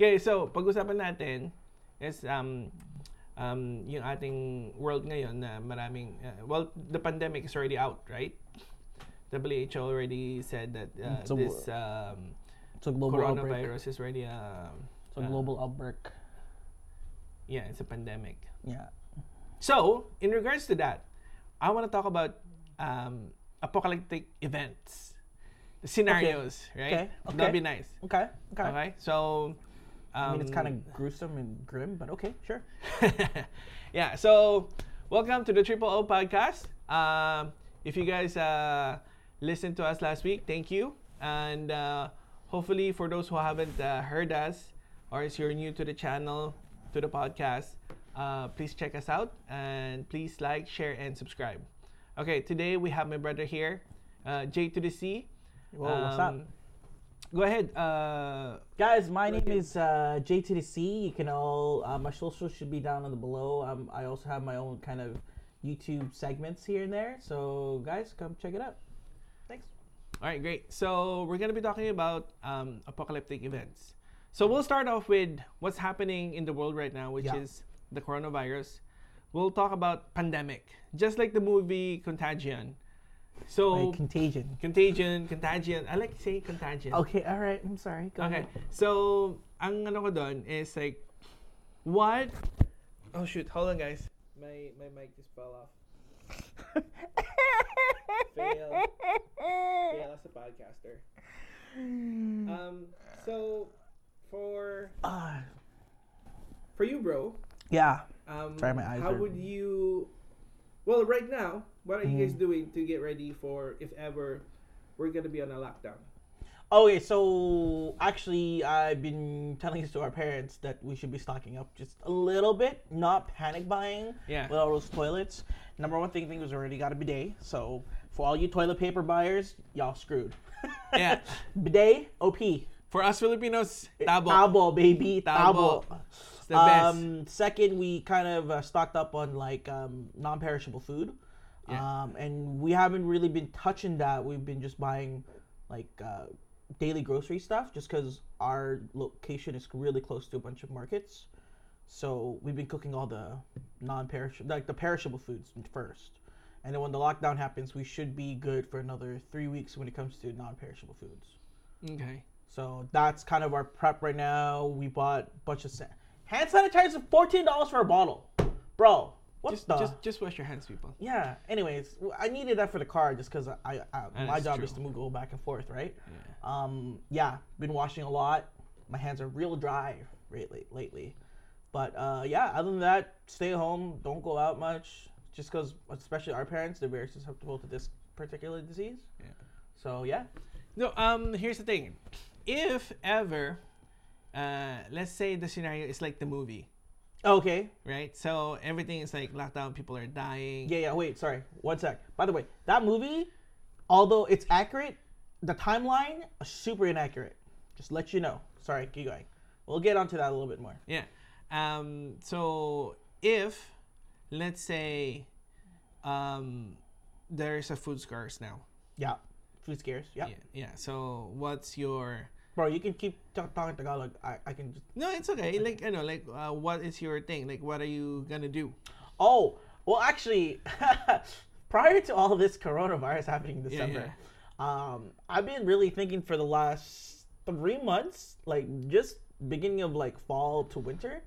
Okay, so pag-usapan natin is um um yung ating world ngayon na maraming uh, well the pandemic is already out, right? WHO already said that uh, It's a wo- this um, It's a global outbreak. coronavirus is already um It's a global outbreak. yeah, it's a pandemic. Yeah. So, in regards to that, I want to talk about um, apocalyptic events, the scenarios, right? Okay, That'd okay. be nice. Okay. Okay. Okay, so. Um, I mean, it's kind of gruesome and grim, but okay, sure. yeah, so welcome to the Triple O podcast. Um, if you guys uh, listened to us last week, thank you. And uh, hopefully, for those who haven't uh, heard us, or if you're new to the channel, to the podcast, uh, please check us out and please like, share, and subscribe. Okay, today we have my brother here, uh, J to the C. Whoa, what's up? Um, Go ahead. Uh, Guys, my name Okay. is uh, JTDC. You can all uh, my socials should be down in the below. Um, I also have my own kind of YouTube segments here and there. So guys, come check it out. Thanks. All right, great. So we're going to be talking about um, apocalyptic events. So we'll start off with what's happening in the world right now, which Yeah. is the coronavirus. We'll talk about pandemic, just like the movie Contagion. So Like contagion. contagion, contagion. I like saying contagion. Okay. All right. I'm sorry. Go Okay. ahead. So ang ano ko doon is like what? Oh shoot! Hold on, guys. My my mic just fell off. Fail. Fail as a podcaster. Mm. Um. So for Ah, for you, bro. yeah. Um, Sorry, my eyes How are- would you? Well, right now, what are you guys Mm-hmm. doing to get ready for if ever we're gonna be on a lockdown? Okay, Oh, so actually, I've been telling this to our parents that we should be stocking up just a little bit, not panic buying. Yeah. With all those toilets, number one thing thing was already got a bidet. So for all you toilet paper buyers, y'all screwed. Yeah. bidet, op, For us Filipinos, Eh, tabo, baby, Tabo. tabo. It's Um, second, we kind of uh, stocked up on like um, non-perishable food, Yeah. um, and we haven't really been touching that. We've been just buying like uh, daily grocery stuff, just because our location is really close to a bunch of markets. So we've been cooking all the non-perishable, like the perishable foods first, and then when the lockdown happens, we should be good for another three weeks when it comes to non-perishable foods. Okay. So that's kind of our prep right now. We bought a bunch of sa- hand sanitizer, fourteen dollars for a bottle, bro. What Just, the? just just wash your hands, people. yeah. Anyways, w- I needed that for the car just because I, I, uh, That my is job true. is to move go back and forth, right? Yeah. Um, yeah, been washing a lot. My hands are real dry lately. Lately, but uh, yeah. Other than that, stay home. Don't go out much, just because especially our parents, they're very susceptible to this particular disease. Yeah. So yeah. No, um, here's the thing. If ever, uh, let's say the scenario is like the movie, Okay. right? So everything is like locked down, people are dying. Yeah, yeah, wait, sorry. One sec. By the way, that movie, although it's accurate, the timeline is super inaccurate. Just let you know. Sorry, keep going. We'll get onto that a little bit more. Yeah. Um, so if, let's say, um, there's a food scarce now. Yeah. Food scares. Yeah. Yeah. Yeah. So what's your Bro, you can keep ta- talking Tagalog. I, I can just. no, it's okay. Like I know, like uh, what is your thing? Like what are you gonna do? Oh, well, actually, prior to all this coronavirus happening in Yeah, December, Um, I've been really thinking for the last three months, like just beginning of like fall to winter,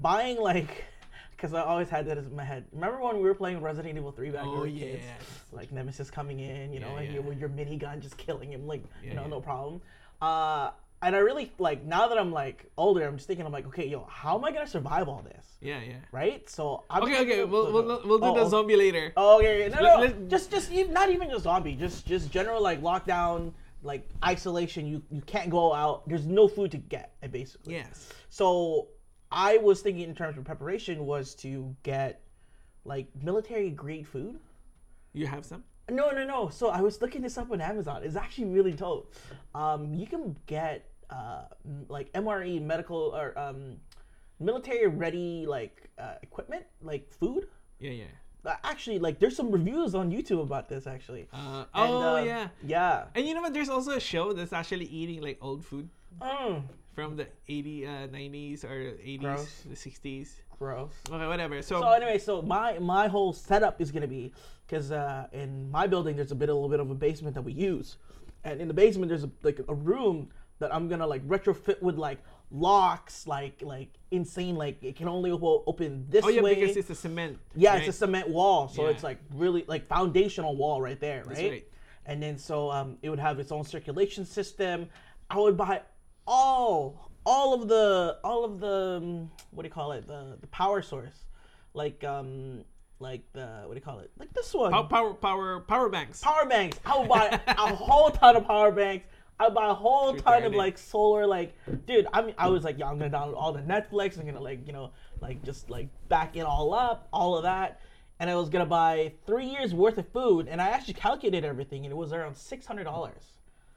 buying like, because I always had that as my head. Remember when we were playing Resident Evil 3 back when Oh, we were kids? yes. Like Nemesis coming in, you know, Yeah, and yeah. you, with your minigun just killing him, like, Yeah, you know, yeah. no problem. Uh, and I really, like, now that I'm like older, I'm just thinking, I'm like, okay, yo, how am I going to survive all this? Yeah. Yeah. Right? So I'm Okay. Okay. We'll we'll, we'll do the zombie zombie. later. Oh, okay, okay. No, Let- no, let- just, just even, not even just zombie. Just, just general like lockdown, like isolation. You, you can't go out. There's no food to get, uh, basically. Yes. So, I was thinking in terms of preparation was to get, like military grade food. You have some. No, no, no. So I was looking this up on Amazon. It's actually really dope. Um, you can get uh, m- like MRE medical or um, military ready like uh, equipment, like food. Yeah. Yeah. Uh, actually like there's some reviews on YouTube about this actually. Uh, And, oh um, yeah. yeah. And you know what? There's also a show that's actually eating like old food. Mm. from the 80, uh, 90s or 80s, Gross. the 60s. Gross. Okay, whatever. So, So anyway, so my my whole setup is gonna be because uh, in my building there's a bit a little bit of a basement that we use, and in the basement there's a, like a room that I'm gonna like retrofit with like locks, like like insane, like it can only op- open this oh yeah, way. because it's a cement. yeah, right? it's a cement wall, so Yeah. it's like really like foundational wall right there, right? right. And then so um, it would have its own circulation system. I would buy all all of the all of the um, what do you call it the the power source, like um like the what do you call it like this one Pow- Oh, power, power, power banks. power banks. I would buy a whole ton of power banks. I would buy a whole ton of retarded. like solar, like dude. I mean, I was like, yeah, I'm gonna download all the Netflix. I'm gonna like, you know, like just like back it all up, all of that. And I was gonna buy three years worth of food, and I actually calculated everything, and it was around six hundred dollars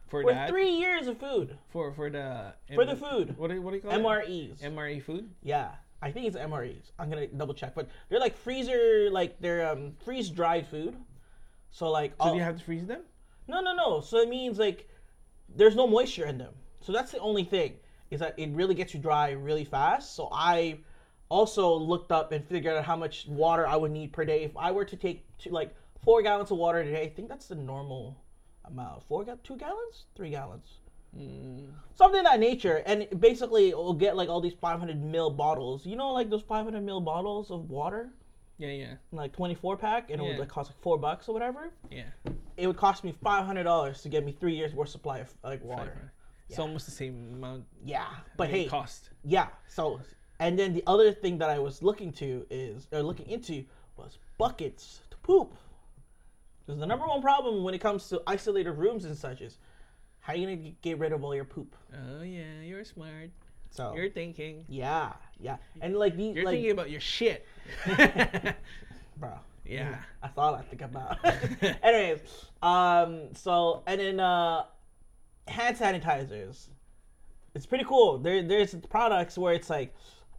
for for that. three years of food For for the E for the food. What do you, what do you call it? MREs. MRE food. Yeah, I think it's MREs. I'm gonna double check, but they're like freezer, like they're um, freeze dried food. So like, oh, So all- do you have to freeze them? No, no, no. So it means like there's no moisture in them. So that's the only thing is that it really gets you dry really fast. So I also looked up and figured out how much water I would need per day if I were to take two, like four gallons of water today. I think that's the normal amount. Four got two gallons, three gallons, something of that nature. And it basically, it'll get like all these 500 mil bottles. You know, like those 500 mil bottles of water, Yeah, yeah, like 24 pack, and it Yeah. would like cost like four bucks or whatever yeah. it would cost me five hundred dollars to get me three years worth supply of like water. It's almost the same amount. Yeah, but in hey, cost. yeah. So, and then the other thing that I was looking to is or looking into was buckets to poop. Because the number one problem when it comes to isolated rooms and such is how you gonna g- get rid of all your poop. Oh yeah, you're smart. So You're thinking. yeah, yeah, and like the You're Oh. like, thinking about your shit. bro. yeah. That's all I think about. Anyways, um, so and then uh, hand sanitizers. It's pretty cool. There, there's products where it's like,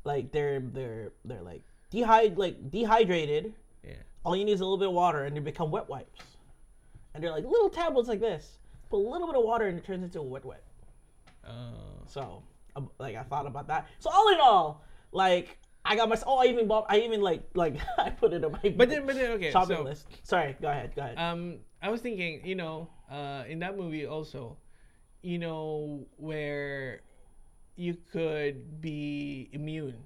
like they're they're they're like dehydrated, like dehydrated. Yeah. All you need is a little bit of water, and they become wet wipes. And they're like little tablets like this. Put a little bit of water, and it turns into a wet wipe. Oh. So, um, like, I thought about that. So, all in all, like, I got my. Oh, I even bought. I even like, like, I put it on my. But then, but then, okay. shopping so, list. Sorry, go ahead, go ahead. Um, I was thinking, you know, uh, in that movie also, you know, where you could be immune,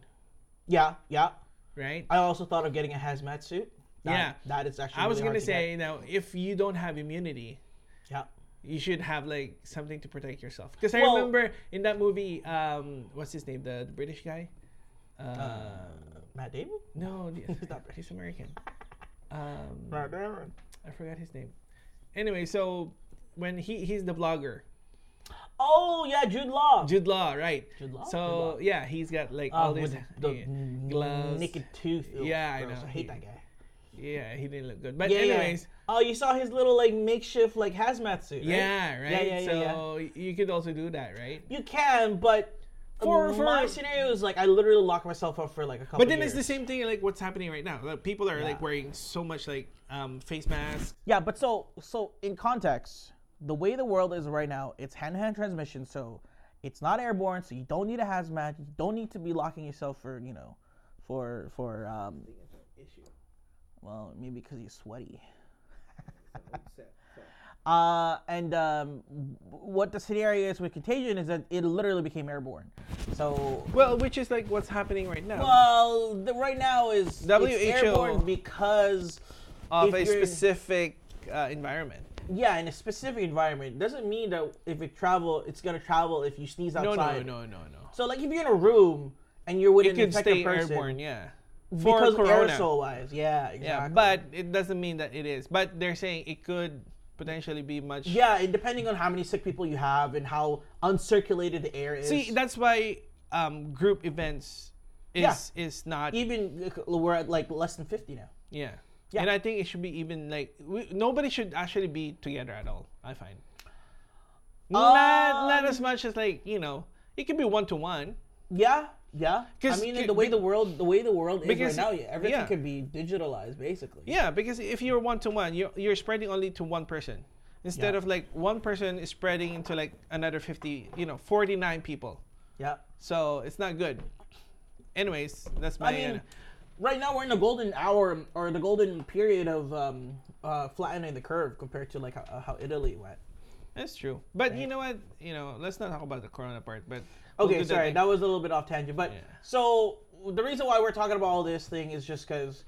yeah, yeah. right? I also thought of getting a hazmat suit. That, Yeah. that is actually. I was really gonna hard to get. say, now, if you don't have immunity, Yeah. you should have like something to protect yourself. Because I Well- remember in that movie, um, what's his name, the, the British guy? Uh, Matt Damon. no, the- he's not British. he's American. Um, Matt Damon. I forgot his name. Anyway, so when he he's the blogger, Oh yeah, Jude Law. Jude Law, right? Jude Law? So Jude Law. yeah, he's got like Uh, all with these the yeah, n- gloves. naked tooth. Ew, Yeah, I gross. know. I hate He- that guy. Yeah, he didn't look good. But Yeah, yeah. anyways, Oh, you saw his little like makeshift like hazmat suit. Right? yeah, right. Yeah, yeah, yeah, yeah. so you could also do that, right? You can, but For- for, for- my scenario is like I literally lock myself up for like a couple. But then years. it's the same thing like what's happening right now. Like, people are like Yeah. wearing so much like um, face masks. Yeah, but so so in context, the way the world is right now, it's hand-to-hand transmission, so it's not airborne, so you don't need a hazmat, you don't need to be locking yourself for you know, for for um, well maybe because you're sweaty. Uh, and um, w- what the scenario is with contagion is that it literally became airborne. So Well, which is like what's happening right now. well, the, right now is it's WHO airborne because of a if you're- specific uh, environment. Yeah, in a specific environment doesn't mean that if it travel, it's gonna travel if you sneeze No, no, outside. no, no, no. So like if you're in a room and you're with It an could infected stay person airborne, yeah. For because corona. aerosol wise, yeah, exactly. Yeah, but it doesn't mean that it is. But they're saying it could potentially be much. yeah, and depending on how many sick people you have and how uncirculated the air is. See, that's why um, group events is Yeah. is not. even uh, we're at like less than fifty now. yeah. Yeah. And I think it should be even like we, nobody should actually be together at all. I find. Um, not not as much as like you know it could be one to one. Yeah, yeah. I 'Cause mean, c- the way be- the world, the way the world is because- right now, yeah, everything yeah. could be digitalized basically. Yeah, because if you're one to one, you're you're spreading only to one person instead Yeah. of like one person is spreading into like another fifty, you know, forty nine people. Yeah. So it's not good. Anyways, that's my. uh, I mean, right now we're in the golden hour or the golden period of um, uh, flattening the curve compared to like how, how Italy went. that's true. But you know what? You know, let's not talk about the corona part. But we'll Okay, do that sorry, next- that was a little bit off tangent. But Yeah. so the reason why we're talking about all this thing is just because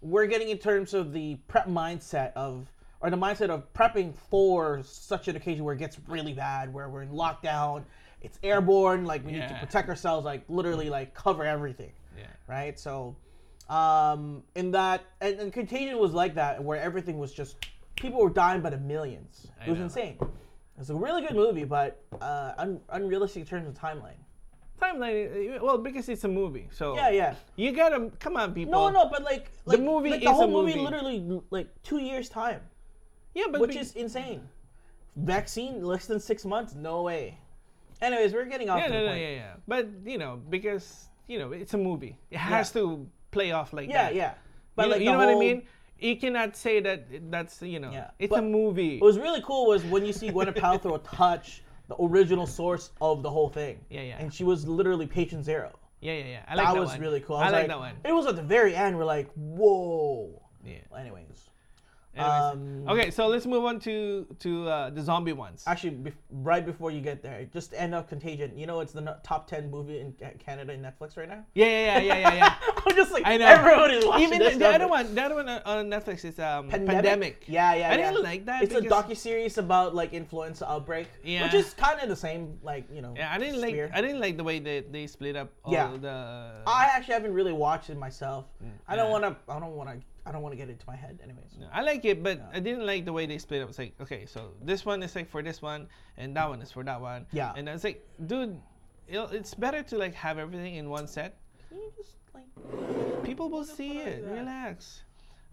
we're getting in terms of the prep mindset of, or the mindset of prepping for such an occasion where it gets really bad, where we're in lockdown, it's airborne, like we need to Yeah. protect ourselves, like literally, like cover everything, Yeah. right? So, um, in that, and, and Contagion was like that, where everything was just, people were dying by the millions. I It was know. insane. It's a really good movie, but uh, un- unrealistic in terms of timeline. timeline. uh, Well, because it's a movie, so Yeah, yeah. You gotta come on, people. No, no, but like, like movie like the is whole a movie, movie. literally like two years time, Yeah, but which be- is insane. Vaccine less than six months, no way. Anyways, we're getting off yeah, to no, the no, point. yeah, yeah. But you know, because you know, it's a movie. It has to play off like yeah, that. yeah. But you, like, you the know what I whole- mean? You cannot say that. it- That's you know, Yeah. it's a But- movie. What was really cool was when you see Gwyneth Paltrow touch the original source of the whole thing. Yeah, yeah. And she was literally patient zero. yeah, yeah, yeah. I like That, that, was one. really cool. I, I, was like like that one. It was at the very end. We're like, whoa. Yeah. Anyways, Anyways. um, okay, so let's move on to to uh, the zombie ones. Actually, bef right before you get there, just to end up Contagion. You know, it's the no- top ten movie in Ca- Canada in Netflix right now. yeah, yeah, yeah, yeah, yeah. yeah. I'm just like I know. everyone is watching Even this the, the other number. one, the other one on- on Netflix is um, pandemic. Yeah, yeah, I yeah. didn't like that It's a because- docu series about like influenza outbreak, which Yeah. is kind of the same, like you know. Yeah, I didn't like. sphere. I didn't like the way that they split up all Yeah. the. I actually haven't really watched it myself. I don't yeah. want to. I don't want to. I don't want to get into my head, anyways. I like it, but I didn't like the way they split up. It's like, okay, so this one is like for this one, and that one is for that one. Yeah. And it's like, dude, it'll- it's better to like have everything in one set. Can you just like? People will see like it. that. Relax.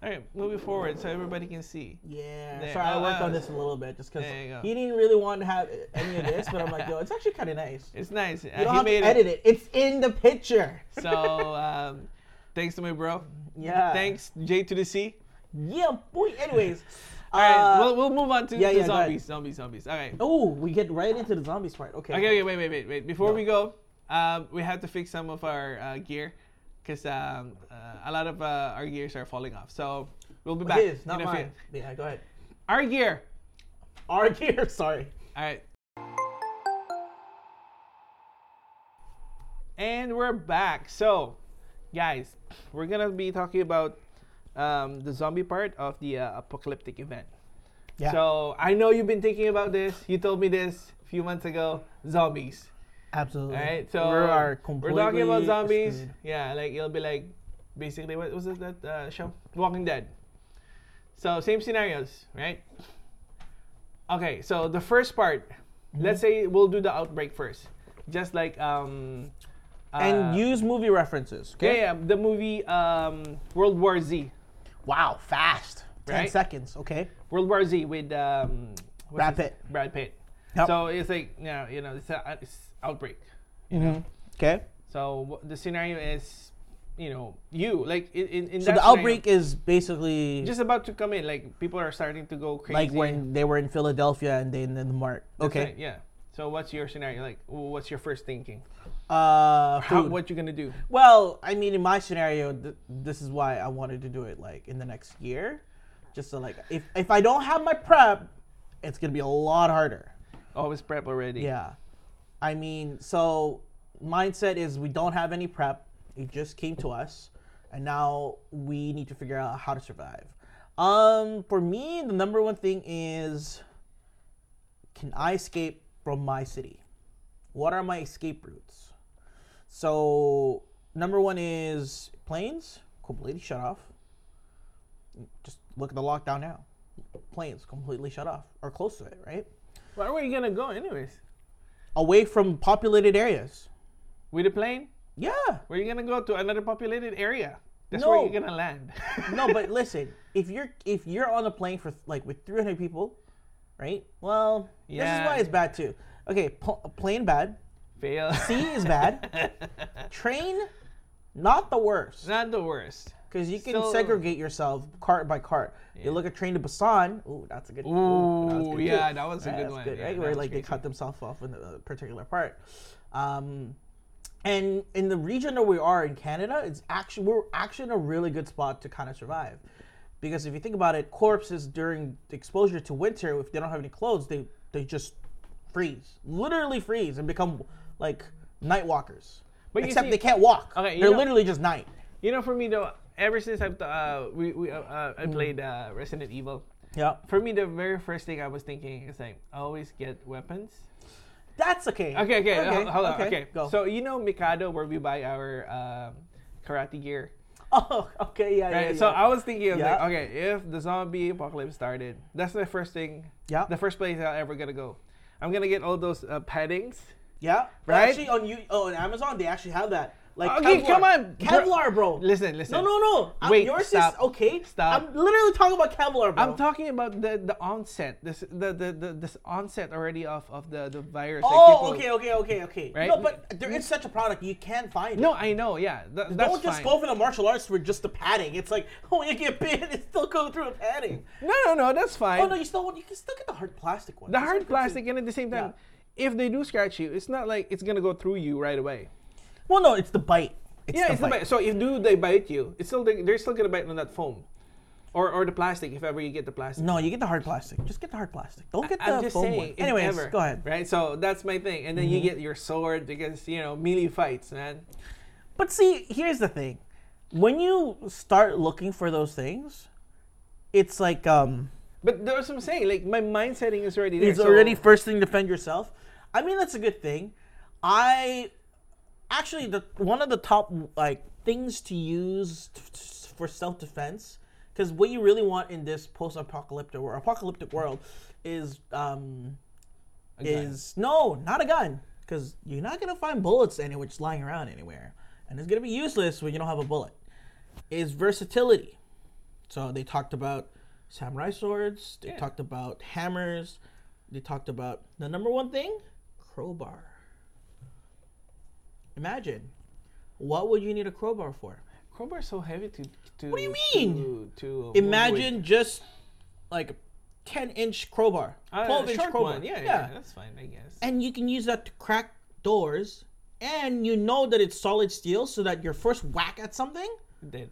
All right, moving forward so everybody can see. Yeah. There. Sorry, I worked Uh, on this a little bit just because there you go. he didn't really want to have any of this, but I'm like, yo, it's actually kind of nice. It's nice. You don't have to edit it. It's in the picture. So, um, thanks to my bro. Yeah. Thanks J to the C. Yeah, boy. Anyways. All right, uh, we'll, we'll move on to yeah, the yeah, go ahead. zombies, zombies, zombies. All right. oh, we get right into the zombies part. Okay. Okay, okay, wait, wait, wait, wait. Before we go, um, we have to fix some of our uh, gear because um, uh, a lot of uh, our gears are falling off. So we'll be back. It is, not in a few- mine. Yeah, go ahead. Our gear. Our gear, sorry. All right. And we're back. So, guys, we're gonna be talking about um, the zombie part of the uh, apocalyptic event. Yeah. So I know you've been thinking about this. You told me this a few months ago. Zombies. Absolutely. All right, so uh, we're uh, talking about zombies. Yeah, like it'll be like basically what was it that uh, show Walking Dead. So same scenarios, right? Okay, so the first part, Mm-hmm. let's say we'll do the outbreak first, just like um. and uh, use movie references. Okay. yeah, yeah, the movie um, World War Z, Wow, fast. Ten Right? seconds. Okay. World War Z with um, what's Brad his- Pitt. Brad Pitt. Yep. So it's like you know, you know, it's, a, it's outbreak. Okay. So wh- the scenario is, you know, you like in in, in So that the scenario, outbreak is basically just about to come in. Like people are starting to go crazy. like when they were in Philadelphia and they in the mart. That's Okay. right, yeah. So what's your scenario? Like, wh- what's your first thinking? Uh, How, food. what you gonna do? Well, I mean, in my scenario, th- this is why I wanted to do it like in the next year, just so like if if I don't have my prep, it's gonna be a lot harder. Always prep already. Yeah, I mean, so mindset is we don't have any prep. It just came to us, and now we need to figure out how to survive. Um, for me, the number one thing is, can I escape from my city? What are my escape routes? So number one is planes completely shut off. Just look at the lockdown now. Planes completely shut off or close to it, right? Where were you gonna go anyways? Away from populated areas. With a plane? Yeah. Were you gonna go to another populated area? That's where No. you're gonna land. No, but listen, if you're if you're on a plane for like with 300 people, right? Well, this Yeah. is why it's bad too. Okay, pl- plane bad, fail. sea is bad, train not the worst. Not the worst. Because you can So- segregate yourself cart by cart. You look at Train to Busan. Ooh, that's a good. Ooh, yeah, that was a good that's one. Good, Yeah, right? that Where was like they crazy. cut themselves off in a particular part. Um, and in the region that we are in Canada, it's actually we're actually in a really good spot to kind of survive, because if you think about it, corpses during the exposure to winter, if they don't have any clothes, they they just freeze, literally freeze, and become like night walkers. But you Except see- they can't walk. Okay, you they're know- literally just night. You know, for me though, ever since I've uh, we, we uh, uh, Mm. I played uh, Resident Evil, Yeah, for me the very first thing I was thinking is like always get weapons. that's okay. Okay, okay, ho- hold on. Okay, go. so you know Mikado where we buy our um, karate gear. oh, okay, yeah, yeah, Right, yeah. so I was thinking, I was Yeah. like, okay, if the zombie apocalypse started, that's the first thing, Yeah. the first place I'm ever gonna go. I'm gonna get all those uh, paddings. Yeah, Right? Actually, on you, oh, on Amazon, they actually have that. Like, Okay, Kevlar. come on, bro. Kevlar, bro. Listen, listen. No, no, no. I'm, Wait, yours stop. is okay. Stop. I'm literally talking about Kevlar, bro. I'm talking about the the onset, this the the, the this onset already of of the the virus. like Oh, people- okay, okay, okay, okay. Right? No, but there is such a product you can find. No, it. I know. Yeah, th- that's don't just fine. go for the martial arts for just the padding. It's like, oh, you get bit, and it's still going through the padding. No, no, no. That's fine. Oh no, you still want you can still get the hard plastic one. the It's hard okay, plastic, too. and at the same time, if they do scratch you, it's not like it's gonna go through you right away. Well, no, it's the bite. yeah, it's the bite. So if do they bite you, it's still they're still gonna bite on that foam, or or the plastic if ever you get the plastic. No, you get the hard plastic. Just get the hard plastic. Don't get I'm the just foam saying. one. if Anyways, ever, go ahead. Mm-hmm. Right, so that's my thing, and then you get your sword because you know melee fights, man. But see, here's the thing. When you start looking for those things, it's like um But that's what I'm saying. Like my mind setting is already there. it's so- already first thing defend yourself. I mean that's a good thing. I actually the one of the top like things to use t- t- for self defense because what you really want in this post apocalyptic or apocalyptic world is um A gun. is no, not a gun, because you're not gonna find bullets anywhere just lying around anywhere, and it's gonna be useless when you don't have a bullet. Is versatility. So they talked about samurai swords. They Yeah. talked about hammers. They talked about the number one thing, crowbar. Imagine, what would you need a crowbar for? crowbar's so heavy to to. What do you mean? To, to move with. Imagine just like a ten inch crowbar, Uh, twelve inch short crowbar. one, Yeah, yeah, that's fine, I guess. and you can use that to crack doors and you know that it's solid steel so that your first whack at something Then-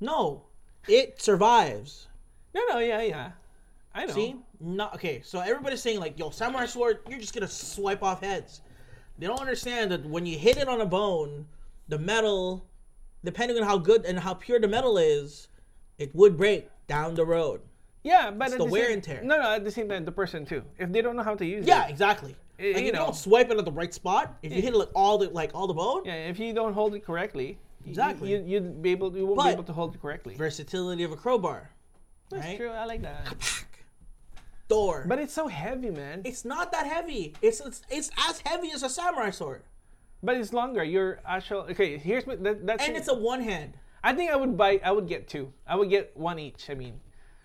no it survives No, no, yeah, yeah. I know. see not okay so everybody's saying like yo samurai sword you're just gonna swipe off heads they don't understand that when you hit it on a bone the metal depending on how good and how pure the metal is it would break down the road Yeah, but at the wear same- and tear. No, no. At the same time, the person too. If they don't know how to use yeah it, exactly Eh, like you if you know. Eh. don't swipe it at the right spot if you hit it like all the like all the bone yeah. If you don't hold it correctly, y- Exactly. you, you'd be able. You won't be But- able to hold it correctly. versatility of a crowbar That's right? true. I like that. door. But it's so heavy, man. it's not that heavy. It's it's, it's as heavy as a samurai sword, but it's longer. Your actual. Okay, here's what. That, that's. and it's a one hand. I think I would buy. I would get two. I would get one each. I mean.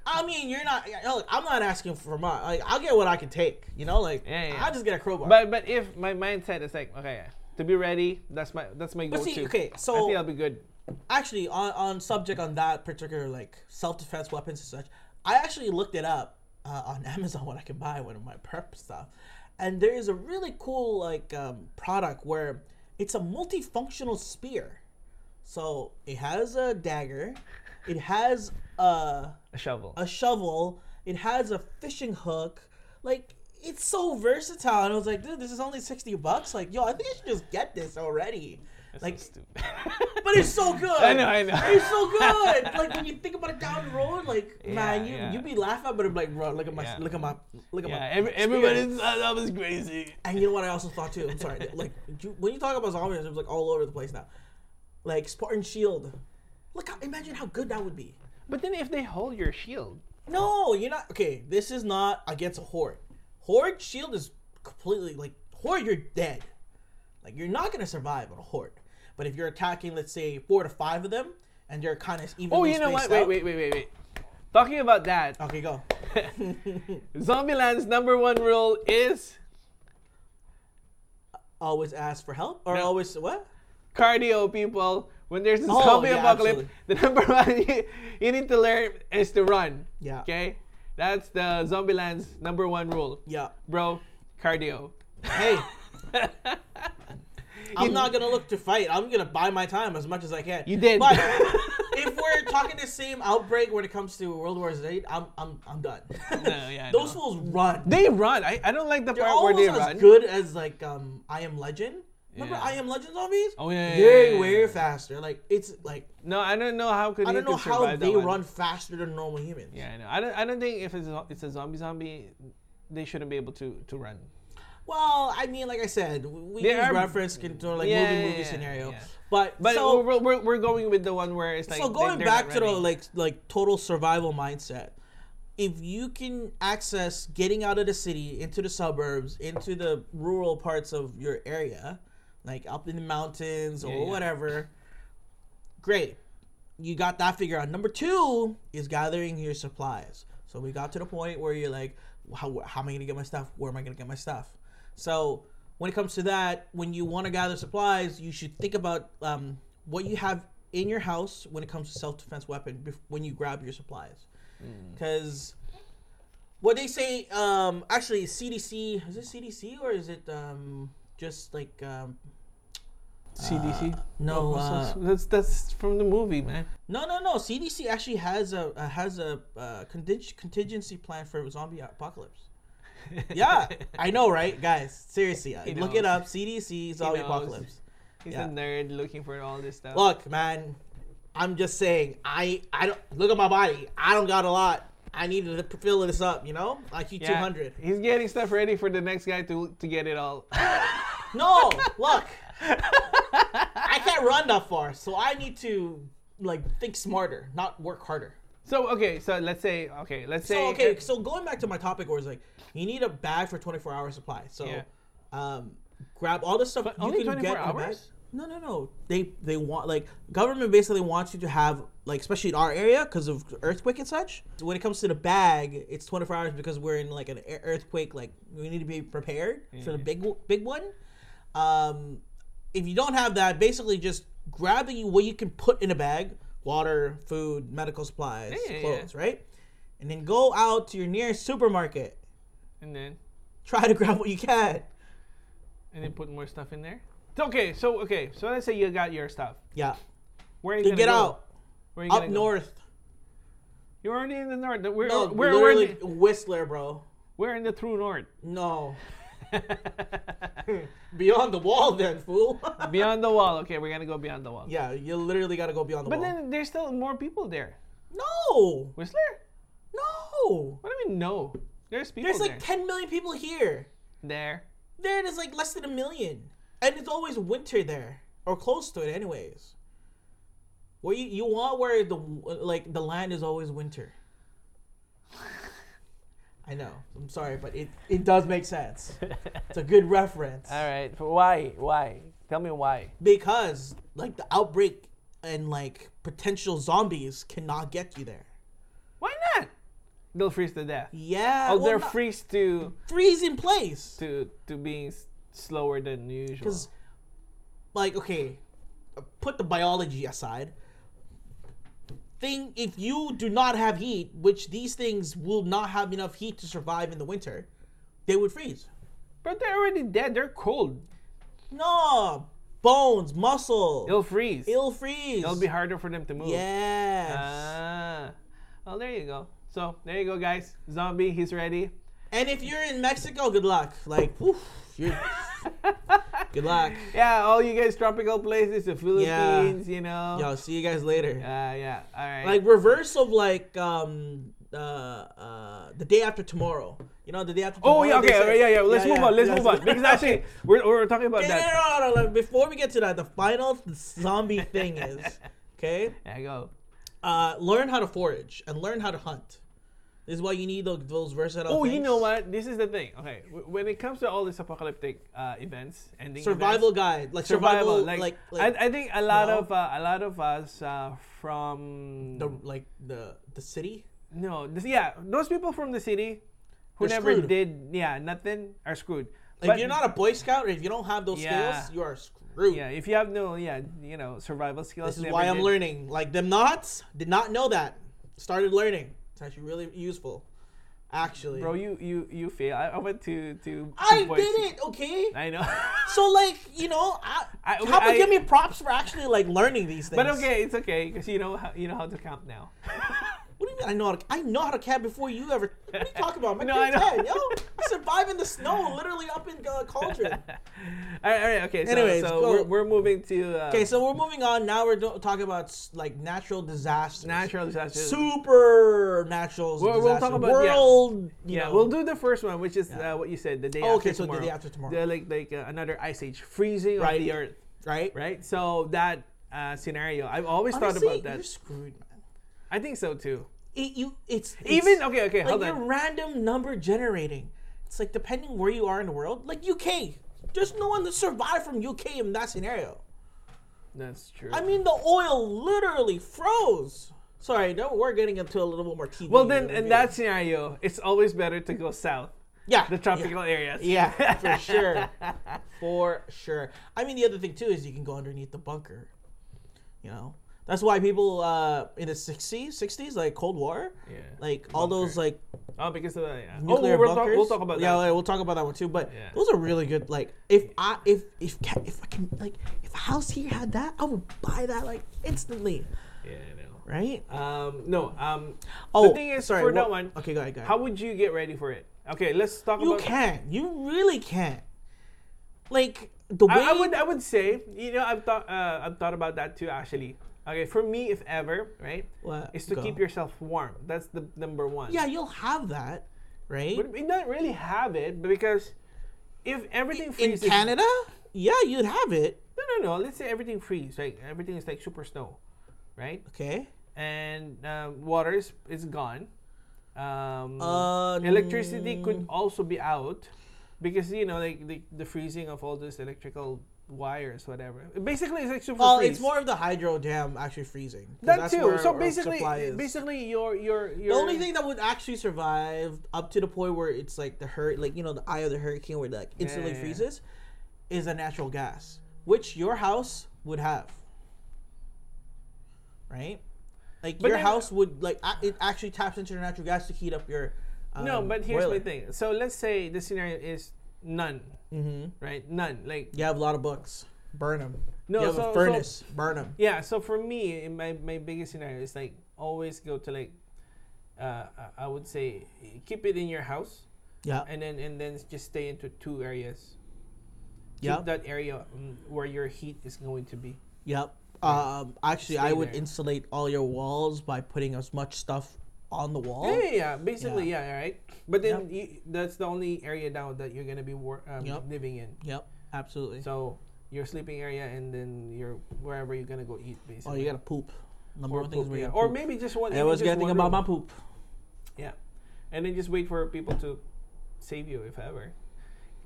I mean, you're not. yeah, Look, I'm not asking for much. Like, I'll get what I can take. You know, like Yeah, yeah. I'll just get a crowbar. But but if my mindset is like okay, to be ready, that's my that's my But go-to. see, okay, I so- think I'll be good. actually, on on subject on that particular like self defense weapons and such, I actually looked it up uh, on Amazon what I can buy one of my prep stuff, and there is a really cool like um, product where it's a multifunctional spear. So it has a dagger, it has a A shovel. a shovel. It has a fishing hook. Like it's so versatile. And I was like, dude, this is only sixty bucks. Like, yo, I think I should just get this already. like, so stupid. but it's so good. I know, I know. It's so good. like when you think about it down the road, like man, you yeah. you be laughing, but I'm like, bro, look at my Yeah. look at my look at yeah, my. every, spear." everybody thought that was crazy. And you know what I also thought too. I'm sorry. like you, when you talk about zombies, it's like all over the place now. Like Spartan Shield. Look, how, imagine how good that would be. But then if they hold your shield, No, you're not. Okay, this is not against a horde. Horde shield is completely like horde. You're dead. Like you're not gonna survive on a horde. But if you're attacking, let's say four to five of them, and they're kind of evenly oh, you know what? spaced Wait, wait, out- wait, wait, wait. Talking about that, Okay, go. Zombieland's number one rule is Always ask for help, or No. always what? cardio, people. When there's a Oh, zombie yeah, apocalypse, absolutely. the number one you, you need to learn is to run. Yeah. Okay, that's the Zombieland's number one rule, Yeah. bro. Cardio. Hey, I'm not gonna look to fight. I'm gonna buy my time as much as I can. You did. But if we're talking the same outbreak when it comes to World War Z, I'm I'm I'm done. No, yeah, I Those know. fools run. They run. I, I don't like the They're part where almost they as run. good as like um I Am Legend. Remember Yeah. I Am Legend zombies? Oh, yeah, yeah, They yeah, yeah, way yeah. faster. Like it's like No, I don't know how could I he don't know could survive how that they one. run faster than normal humans. Yeah, I know. I don't. I don't think if it's a, it's a zombie zombie, they shouldn't be able to to run. Well, I mean, like I said, we They use are- reference into like Yeah, movie yeah, movie yeah, scenario, yeah. but But so we're, we're, we're going with the one where it's like so they- going they're back not to the running. like like total survival mindset if you can access getting out of the city into the suburbs into the rural parts of your area like up in the mountains or Yeah, yeah. whatever great you got that figured out number two is gathering your supplies so we got to the point where you're like how, how am i gonna get my stuff where am i gonna get my stuff so when it comes to that, when you want to gather supplies, you should think about um, what you have in your house when it comes to self-defense weapon bef- when you grab your supplies, because what they say um, actually CDC is it CDC or is it um, just like um, CDC. no uh, That's- that's that's from the movie, man. no no no CDC actually has a uh, has a uh, conting- contingency plan for zombie apocalypse. Yeah, I know, right, guys? Seriously, uh, look it knows. up. CDC zombie knows. apocalypse. He's Yeah. a nerd looking for all this stuff. Look, man, I'm just saying. I I don't look at my body. I don't got a lot. I need to fill this up. You know, like you Yeah. 200. He's getting stuff ready for the next guy to to get it all. No, look, I can't run that far, so I need to like think smarter, not work harder. so okay, so let's say okay, let's say So okay, so going back to my topic, where it's like you need a bag for 24 hour supply. So, Yeah. um, grab all the stuff you only can 24 get. in a bag. hours? No, no, no. They they want like government basically wants you to have like especially in our area because of earthquake and such. When it comes to the bag, it's 24 hours because we're in like an ear- earthquake. Like we need to be prepared for the big o- big one. Um, if you don't have that, basically just grabbing you what you can put in a bag: water, food, medical supplies, yeah, yeah. clothes, right? And then go out to your nearest supermarket. and then Try to grab what you can. and then put more stuff in there. Okay, so okay, so let's say you got your stuff. Yeah, Where are you then gonna get go? out Where are you up gonna go? north. You're already in the north. We're No, we're, we're, in literally the, Whistler, bro. we're in the true north. No, beyond the wall, then fool. beyond the wall. Okay, we're gonna go beyond the wall. yeah, you literally gotta go beyond the But wall. then there's still more people there. no, Whistler? no. What do you mean no? There's people There's like there. 10 million people here. there. There it is like less than a million, and it's always winter there or close to it, anyways. Where you, you want where the like the land is always winter. I know. I'm sorry, but it, it does make sense. It's a good reference. All right. Why? Why? Tell me why. because like the outbreak and like potential zombies cannot get you there. Why not? They'll freeze to death. Yeah, Oh, well, they're not- freeze to freeze in place. to to being s- slower than usual. Because, like, okay, put the biology aside. Thing, if you do not have heat, which these things will not have enough heat to survive in the winter, they would freeze. But they're already dead. They're cold. No, bones, muscle, it'll, They'll freeze. freeze. It'll be harder for them to move. yes. Ah. Well, there you go. So there you go, guys. Zombie, he's ready. And if you're in Mexico, good luck. Like, whew, you're, good luck. Yeah, all you guys tropical places, the Philippines, you know. Yo, see you guys later. Uh, yeah. All right. Like reverse of like um uh, uh the day after tomorrow. You know, the day after. Tomorrow, oh yeah. they Okay. say- yeah. Yeah. Let's move on. Let's yeah, move so- on because actually we're we're talking about Okay, that. no, no, no, no, like, before we get to that, the final zombie thing is okay. Yeah. Go. Uh, learn how to forage and learn how to hunt. This is why you need those, those versatile. Oh, you things. know what? This is the thing. Okay, w- when it comes to all these apocalyptic uh, events, ending Survival events, guide, like survival, like, like, I, I think a lot know? of uh, a lot of us uh, from the like the the city. no, this, yeah, those people from the city who They're never screwed. did yeah nothing are screwed. If you're not a Boy Scout or if you don't have those Yeah. skills, you are screwed. yeah, if you have no yeah you know survival skills, This is never why I'm did- learning. Like them knots, did not know that. Started learning. It's actually really useful. Actually, Bro, you you you fail. I, I went to to. I to did Boise. it. Okay. I know. So like you know, I, I- okay, how about I- give me props for actually like learning these things? but okay, it's okay because you know how you know how to count now. What do you mean? I know how to, I know how to cab before you ever. What are you talking about? My No, no, I know. ten, yo. I survived in the snow, literally up in uh, cauldron. all right, all right, okay. So, Anyways, so go. we're, we're moving to uh, Okay, so we're moving on. Now we're do- talking about s- like natural disasters, natural disasters. super natural We'll- disasters. we'll talk about- yeah. world. you yeah, know. we'll do the first one, which is uh, what you said the day after Oh, okay, so the tomorrow. day after tomorrow. The, like like uh, another ice age, freezing Right. of the earth, right. right? So that uh, scenario, I've always Honestly, thought about You're that. screwed, man. I think so too. It, you, it's, it's- Even okay, okay, like hold you're on. random number generating. It's like depending where you are in the world, like UK. There's no one that survived from UK in that scenario. That's true. I mean, the oil literally froze. Sorry, no, we're getting into a little bit more TV. well, then in review. that scenario, it's always better to go south, yeah, the tropical areas. Yeah, yeah for sure, for sure. I mean, the other thing too is you can go underneath the bunker. You know, that's why people uh, in the 60s, 60s, like Cold War, Yeah, like all those bunker. like Oh, because of that. Yeah. nuclear oh, we'll talk, bunkers. we'll talk about yeah, that. Yeah, we'll talk about that one too. But Yeah. those are really good. Like, if I if if ca- if I can like if a house here had that, I would buy that like instantly, Yeah, I right? know. Um, no. Um, Oh, the thing is, for that one, what- Okay, go ahead, go ahead. how would you get ready for it? Okay, let's talk you about. can. You really can. Like the way I, I would I would say you know I've thought uh, I've thought about that too actually. Okay, for me if ever right What? is to Go. keep yourself warm. That's the number one. Yeah, you'll have that, right? but we don't really have it but because if everything In freezes Canada, yeah, you'd have it. no no no let's say everything freezes right everything is like super snow, right Okay. and um, water is, is gone. Um, Uh, electricity could also be out because you know like the, the freezing of all those electrical wires whatever basically it's like super Well, freeze. it's more of the hydro dam actually freezing. 'cause That that's too. where So our basically, supply is. basically, your your your the only thing that would actually survive up to the point where it's like the hur- like you know the eye of the hurricane where it like instantly yeah, yeah. freezes, is a natural gas, which your house would have. Right, like your then- house would like a- it actually taps into the natural gas to heat up your. Um, No, but here's my boiler. thing. So let's say the scenario is none, mm-hmm. right? None. Like You have a lot of books. Burn them. No, you have so- so- a furnace. burn them. yeah. So for me, in my my biggest scenario is like always go to like, uh, I- I would say keep it in your house, Yeah. and then and then just stay into two areas. Yeah. Keep that area mm, where your heat is going to be. Yep. Um, actually, Stay I would there. insulate all your walls by putting as much stuff on the wall. Yeah, yeah, yeah. Basically, yeah. All right. But then you, that's the only area now that you're gonna be war- um, Yep. living in. Yep. Absolutely. So your sleeping area and then your wherever you're gonna go eat oh, basically. you gotta poop. Number or, one thing is poop, where you yeah. gotta or poop. maybe just one. I always just gotta think one about my room. poop. Yeah, and then just wait for people to save you if ever.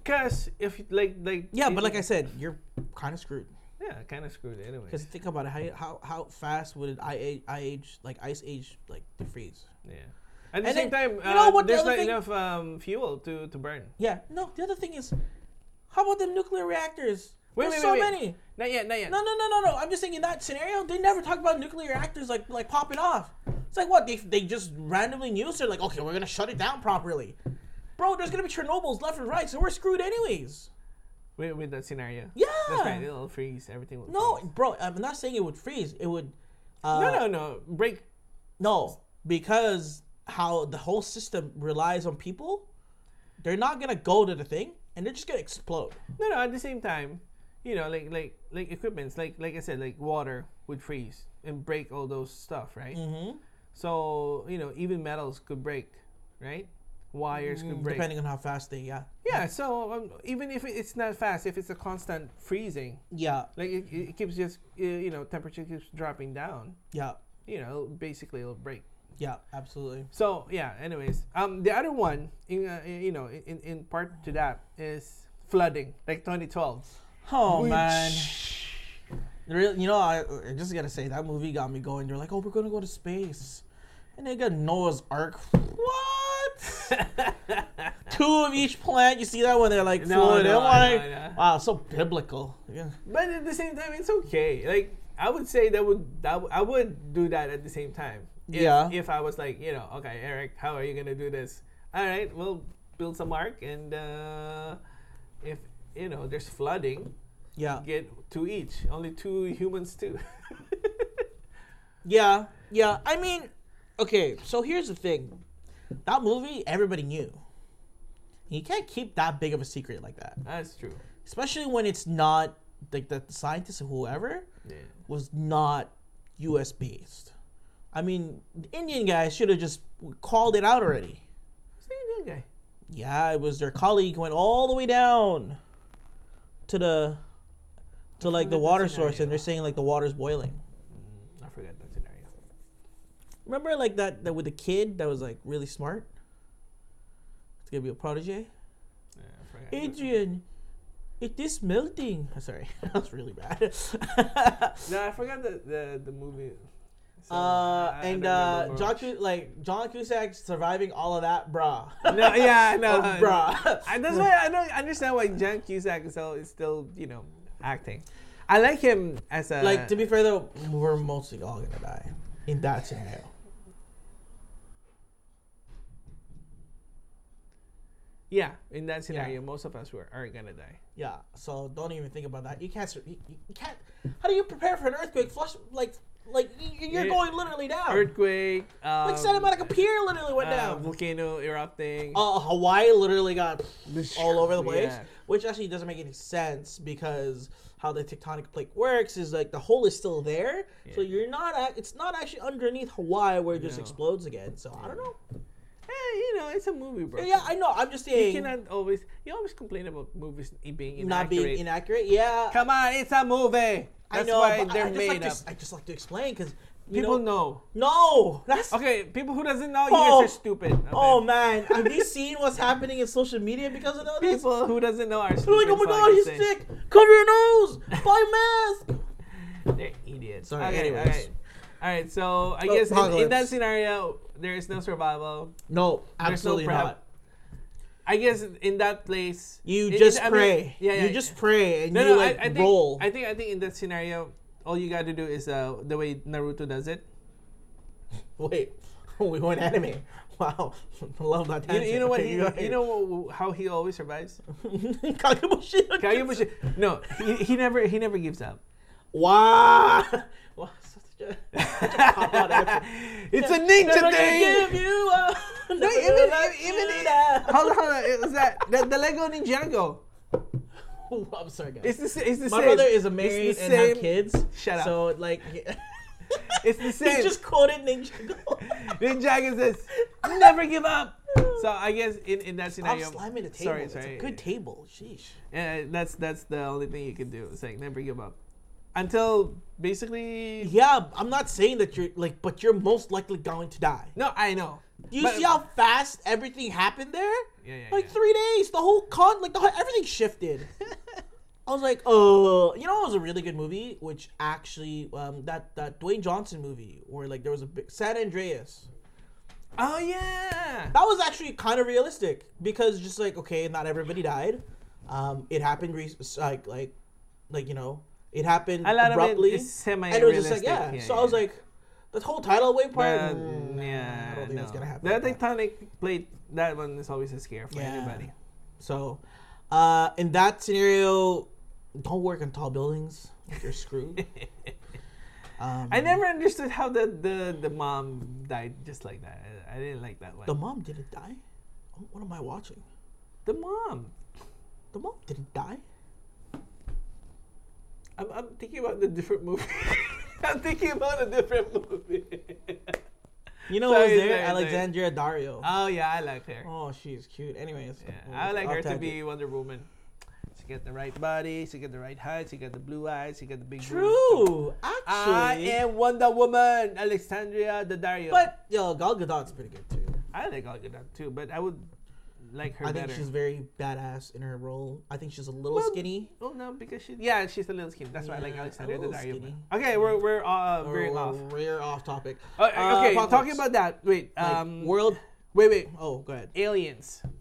Cause if you- like like Yeah, if but like you- I said, you're kind of screwed. yeah, kind of screwed anyway. Because think about it, how, how how fast would it I age, I age like ice age like freeze? Yeah. At the And same then- time, you know uh, what the there's other not thing- enough um, fuel to, to burn. Yeah. No, the other thing is, how about the nuclear reactors? Wait, There's wait, so wait, wait. many. Not yet, not yet. No, no, no, no, no. I'm just saying in that scenario, they never talk about nuclear reactors like like popping off. It's like what they they just randomly news. They're like, okay, we're gonna shut it down properly. Bro, there's gonna be Chernobyls left and right, so we're screwed anyways. With, with that scenario. Yeah. That's right. It'll freeze. Everything will. No, freeze. bro, I'm not saying it would freeze. It would. Uh, No, no, no. Break. No, because how the whole system relies on people, they're not gonna go to the thing, and they're just gonna explode. No, no. At the same time, you know, like like like equipments, like like I said, like water would freeze and break all those stuff, right? Mm-hmm. So you know, even metals could break, right? Wires could break. Mm, Depending on how fast they, yeah, Yeah. So um, even if it- it's not fast, if it's a constant freezing, yeah, like it, it keeps just uh, you know temperature keeps dropping down, yeah, you know, basically it'll break. yeah, absolutely. So yeah. Anyways, um, the other one, in, uh, you know, in, in part to that is flooding, like 2012. Oh Which- man. The real, you know, I, I just gotta say that movie got me going. They're like, oh, we're gonna go to space, and they got Noah's Ark. What? Two of each planet. You see that when they're like No, floating. no, I I'm know, like, I know. wow, so biblical. Yeah. But at the same time, it's okay. Like I would say that would that w- I would do that at the same time. If, Yeah. If I was like, you know, okay, Eric, how are you gonna do this? all right, we'll build some ark, and uh, if you know there's flooding, Yeah. get two each. Only two humans too. Yeah. Yeah. I mean, okay. So here's the thing. That movie, everybody knew. You can't keep that big of a secret like that, That's true. especially when it's not like the scientists or whoever Yeah. was not U.S. based. I mean, the Indian guy should have just called it out already. Who's the Indian guy? Yeah, it was their colleague went all the way down to the to forgot like the that water source, scenario. and they're saying like the water's boiling. I forgot that scenario. Remember like that that with the kid that was like really smart. It's gonna be a Yeah, protege. I forgot. Adrian, it is melting. Oh, sorry, that was really bad. No, I forgot the the, the movie. So, uh, I- I and don't uh, remember John, much. Cu- like John Cusack surviving all of that, brah. No, yeah, no, Oh, brah. I, that's why I don't understand why John Cusack is still, is still you know acting. I like him as a like to be fair though, we're mostly all gonna die in that scenario. yeah in that scenario most of us were are gonna die. Yeah, so don't even think about that. You can't. sur- You, you you can't. How do you prepare for an earthquake? Flush like like y- y- you're Yeah. going literally down. Earthquake, um, like Santa Monica Pier literally went uh, down. volcano erupting. Uh, Hawaii literally got all over the place, Yeah. which actually doesn't make any sense because how the tectonic plate works is like the hole is still there, so Yeah. you're not. At, it's not actually underneath Hawaii where it just No. explodes again. So I don't know. Hey, you know it's a movie, bro. Yeah, I know. I'm just you saying cannot always. You always complain about movies being inaccurate. not being inaccurate. Yeah, Come on, it's a movie. That's I know. why but I- they're I, just made like up. to, s- I just like to explain because People know. No, that's Okay, people who doesn't know, you Oh. guys are stupid. Okay. Oh man, have you seen what's happening in social media because of all this? People people who doesn't know are are stupid. like, oh my so I god, can he's say sick. Cover your nose. Buy a mask. They're idiots. Sorry, Okay, anyways. All right. All right. So I Oh, guess in, in that apocalypse. scenario, there is no survival. No, There's no absolutely prep. not. I guess in that place, You it- just it- I mean, pray. yeah, yeah. you just pray and no, you no. like I, I think, roll. I think I think in that scenario, all you got to do is uh, the way Naruto does it. Wait, we went anime. Wow, I love that. You, you know what? He, tangent. Okay, you know what- how he always survives. Kagebushi. Kagebushi. No, he, he never he never gives up. Wow. wow such a, such a pop-out answer. it's a ninja Never thing. give you up. No, Never even let even you in- down. hold on, hold on. It was that the, the Lego Ninjago. Ooh, I'm sorry, guys. It's the sa- it's the My same. brother is It's a the married and same. have kids. Shut up. So like, he- It's the same. He just quoted Ninjago. Ninjago says, "Never give up." So I guess in, in that I'm scenario, slamming the table. um, Sorry, it's sorry. a good table. Sheesh. Yeah, that's that's the only thing you can do. It's like never give up until basically. Yeah, I'm not saying that you're like, but you're most likely going to die. No, I know. You But- see how fast everything happened there? Yeah, yeah, Like yeah. three days, the whole con, like the whole, everything shifted. I was like, uh, you know, it was a really good movie, which actually, um, that that Dwayne Johnson movie, where like there was a big San Andreas. Oh yeah. that was actually kind of realistic because just like okay, not everybody died. Um, it happened re- like like like you know it happened A lot abruptly. of it is and it was just semi-realistic. like yeah. so I was like, the whole tidal wave part. Uh, mm, yeah, I don't think no. that's gonna happen. The like that. tectonic plate, that one is always a scare for Yeah. anybody. So, uh, in that scenario, don't work on tall buildings. You're screwed. um, I never understood how the, the, the mom died just like that. I, I didn't like that one. The mom didn't die. Oh, What am I watching? the mom. The mom didn't die. I'm, I'm thinking about the different movie. I'm thinking about a different movie. You know Sorry, who was sorry, there? sorry. Alexandria Dario. oh yeah, I like her. Oh, she's cute. Anyways, Yeah, we'll- I like I'll her to tag be it. Wonder Woman. She got the right body. She got the right height. She got the blue eyes. She got the big. boobs. true. I Actually, am Wonder Woman, Alexandria Daddario. but yo, Gal Gadot's pretty good too. I like Gal Gadot too, but I would like her I think better. she's very badass in her role. I think she's a little Well, skinny. Oh no, because she yeah, she's a little skinny. That's why I like Yeah, Alexandria a little Daddario. skinny. more. Okay, we're we're uh, We're- very we're off. Rare off topic. Uh, Uh, okay, apocalypse. talking about that. Wait, Like, um, world. wait, wait. Oh, go ahead. Aliens.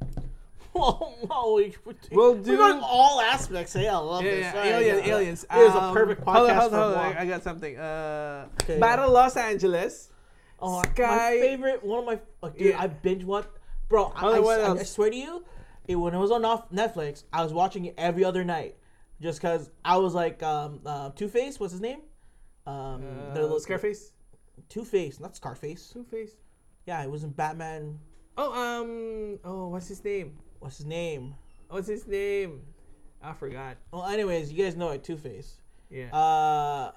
Oh, no, we- we- We'll We're do- going all aspects. Hey, I love Yeah, this. yeah, Sorry, alien, yeah. aliens. It is a Um, perfect podcast hold on, hold on, for hold on, moi. I, I got something. Uh, Okay, Battle Los Angeles. Oh, Sky- my favorite, one of my, oh, dude, Yeah. I binge watched Bro, I, Oh, I- what I- I else? swear to you, it, when it was on off Netflix, I was watching it every other night, just because I was like, um, uh, Two Face, what's his name? Um, Uh, the little Scarface. Two Face, not Scarface. Two Face. Yeah, it was in Batman. Oh um. Oh, what's his name? What's his name? What's his name? I forgot. Well, anyways, you guys know it, Two Face. Yeah. Uh,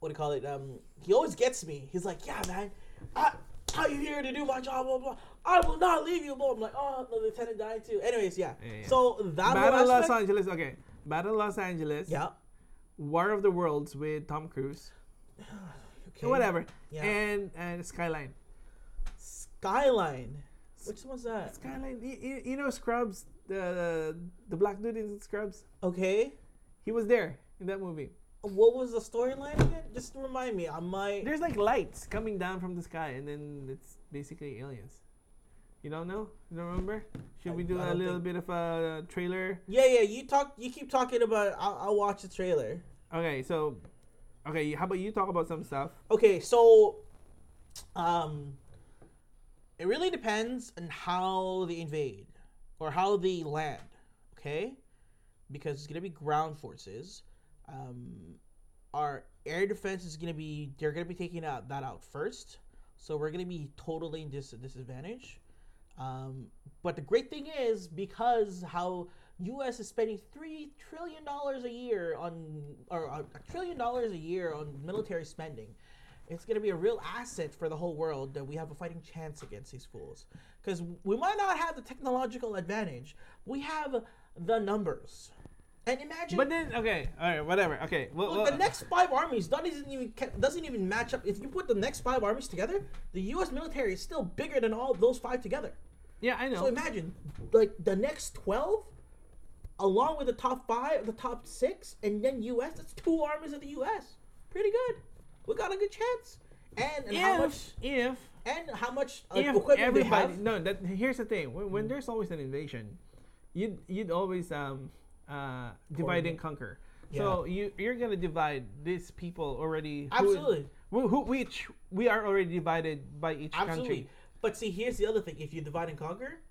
what do you call it? Um, he always gets me. He's like, yeah, man, I, how you here to do my job? Blah blah. I will not leave you. Blah. I'm like, oh, the lieutenant died too. Anyways, yeah. Yeah, yeah. So that Battle whole Los aspect, Angeles. Okay. Battle Los Angeles. yeah. War of the Worlds with Tom Cruise. Okay. Whatever. Yeah. And and Skyline. Skyline. Which one's Uh, that? Skyline. You, you, you know Scrubs. The the black dude in Scrubs. Okay. He was there in that movie. What was the storyline again? Just remind me. I might. There's like lights coming down from the sky, and then it's basically aliens. You don't know? You don't remember? Should I- we do a I don't little think- bit of a trailer? Yeah, yeah. You talk. You keep talking about. I'll, I'll watch the trailer. Okay, so, okay, how about you talk about some stuff? Okay, so um it really depends on how they invade or how they land, okay? Because it's gonna be ground forces. Um our air defense is gonna be they're gonna be taking out that out first. So we're gonna be totally dis- disadvantage. Um, but the great thing is because how U.S. is spending three trillion dollars a year on, or a a trillion dollars a year on military spending, it's going to be a real asset for the whole world that we have a fighting chance against these fools. Because we might not have the technological advantage, we have the numbers. And imagine But then, okay, all right, whatever. Okay, well, Look, the next five armies that doesn't even ca- doesn't even match up. If you put the next five armies together, the U.S. military is still bigger than all those five together. yeah, I know. So imagine, like the next twelve, along with the top five, the top six, and then U.S. That's two armies of the U.S. Pretty good. We got a good chance. And, and how if, much? if, And how much uh, if equipment they everybody, have? no, that, here's the thing. When, Mm. when there's always an invasion, you'd, you'd always um, uh, divide and conquer. So you, you're going to divide these people already. who- Absolutely. Who, who, which we are already divided by each country. Absolutely. But see, here's the other thing: if you divide and conquer,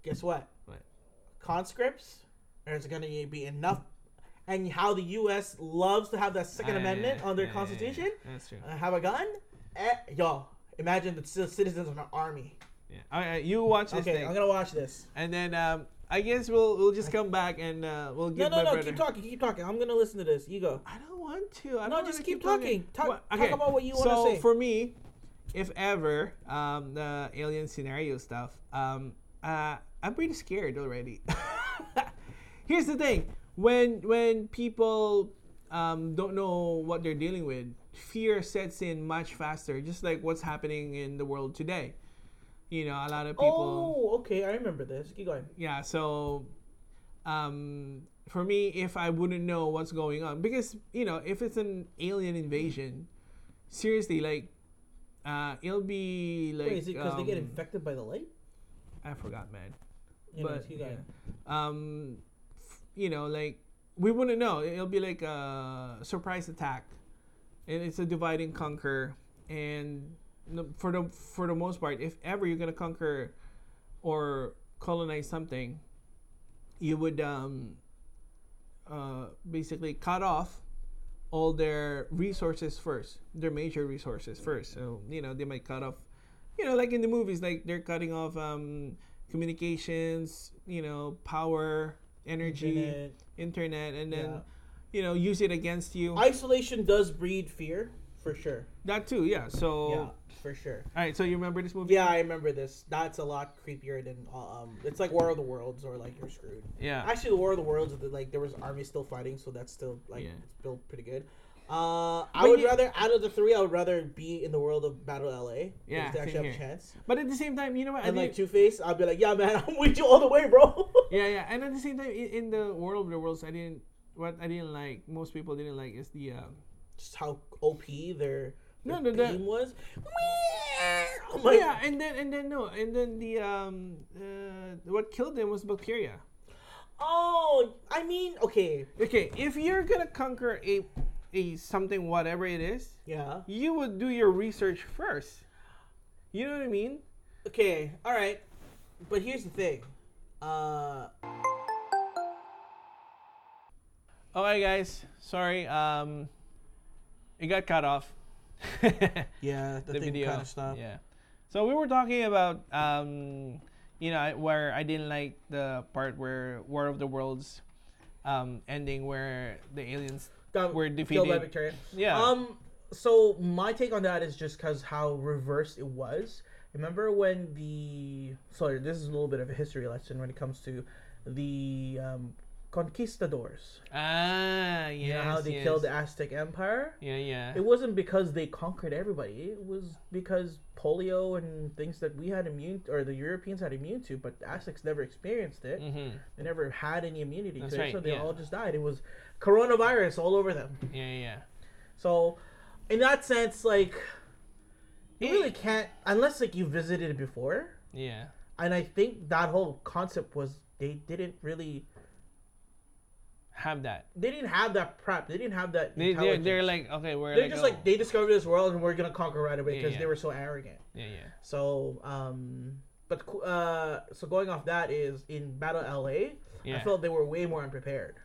guess what? What? conscripts. There's going to be enough, and how the U.S. loves to have that Yeah, Second yeah, Amendment yeah, on their yeah, yeah, yeah. Constitution. That's true. Uh, have a gun, eh, y'all. Imagine the c- citizens of an army. Yeah. All right, you watch this Okay, thing, I'm gonna watch this. and then um, I guess we'll we'll just come back and uh, we'll No, give no, my no. brother. Keep talking. Keep talking. I'm gonna listen to this. You go. I don't want to. I No, don't just wanna keep talking. Talk- talk about what you wanna so say. So for me, if ever um, the alien scenario stuff, um, uh, I'm pretty scared already. Here's the thing: when when people um, don't know what they're dealing with, fear sets in much faster. Just like what's happening in the world today. You know, a lot of people. Oh, okay. I remember this. Keep going. yeah so um for me if i wouldn't know what's going on because you know if it's an alien invasion seriously like uh it'll be like Wait, is it because they get um, infected by the light? i forgot man You know, but, keep going. um f- you know like we wouldn't know it'll be like a surprise attack and it's a divide and conquer and no- for the for the most part if ever you're gonna conquer or colonize something you would um uh basically cut off all their resources first their major resources first so you know they might cut off you know like in the movies like they're cutting off um communications you know power energy internet, Internet. and then Yeah. you know use it against you Isolation does breed fear, for sure. that too, yeah. So, Yeah, all for sure. right. So you remember this movie? Yeah, I remember this. That's a lot creepier than um. It's like War of the Worlds, or like you're screwed. Yeah. Actually, the War of the Worlds, the- like there was army still fighting, so that's still like Yeah. it's still pretty good. Uh, I But would you- rather out of the three, I would rather be in the world of Battle LA. Yeah, because they same actually have a here. chance. But at the same time, you know what? I And like think, Two Face, I'll be like, yeah, man, I'm with you all the way, bro. yeah, yeah. And at the same time, in, in the world of the worlds, I didn't. What I didn't like, most people didn't like, is the. Um, Just how OP their, No, their no, that- theme was. I'm like, yeah, and then and then no, and then the um, uh, what killed them was bacteria. oh, I mean, okay, Okay, if you're gonna conquer a, a something whatever it is, yeah, you would do your research first. You know what I mean? okay, all right. But here's the thing. Uh, All right, guys. Sorry. Um, it got cut off. yeah, the, the thing video. kind of stopped. Yeah. So we were talking about um, you know, I- where I didn't like the part where War of the Worlds um ending where the aliens Got were killed by defeated. Victoria. Yeah. Um. So my take on that is just because how reversed it was. Remember when the sorry, this is a little bit of a history lesson when it comes to the um, conquistadors. Ah, yes. You know how they yes. killed the Aztec Empire. Yeah, yeah. It wasn't because they conquered everybody. It was because polio and things that we had immune or the Europeans had immune to, but the Aztecs never experienced it. Mhm. They never had any immunity That's to it, right, so they yeah. all just died. It was coronavirus all over them. Yeah, yeah. So, in that sense, like, you Yeah. really can't unless like you visited it before. Yeah. And I think that whole concept was they didn't really Have that. they didn't have that prep. They didn't have that. They they're, intelligence. they're like okay, we're They're just oh, like they discovered this world and we're gonna conquer right away Yeah, because yeah. they were so arrogant. Yeah, yeah. So, um, but qu- uh, so going off that is in Battle LA, I Yeah. felt they were way more unprepared.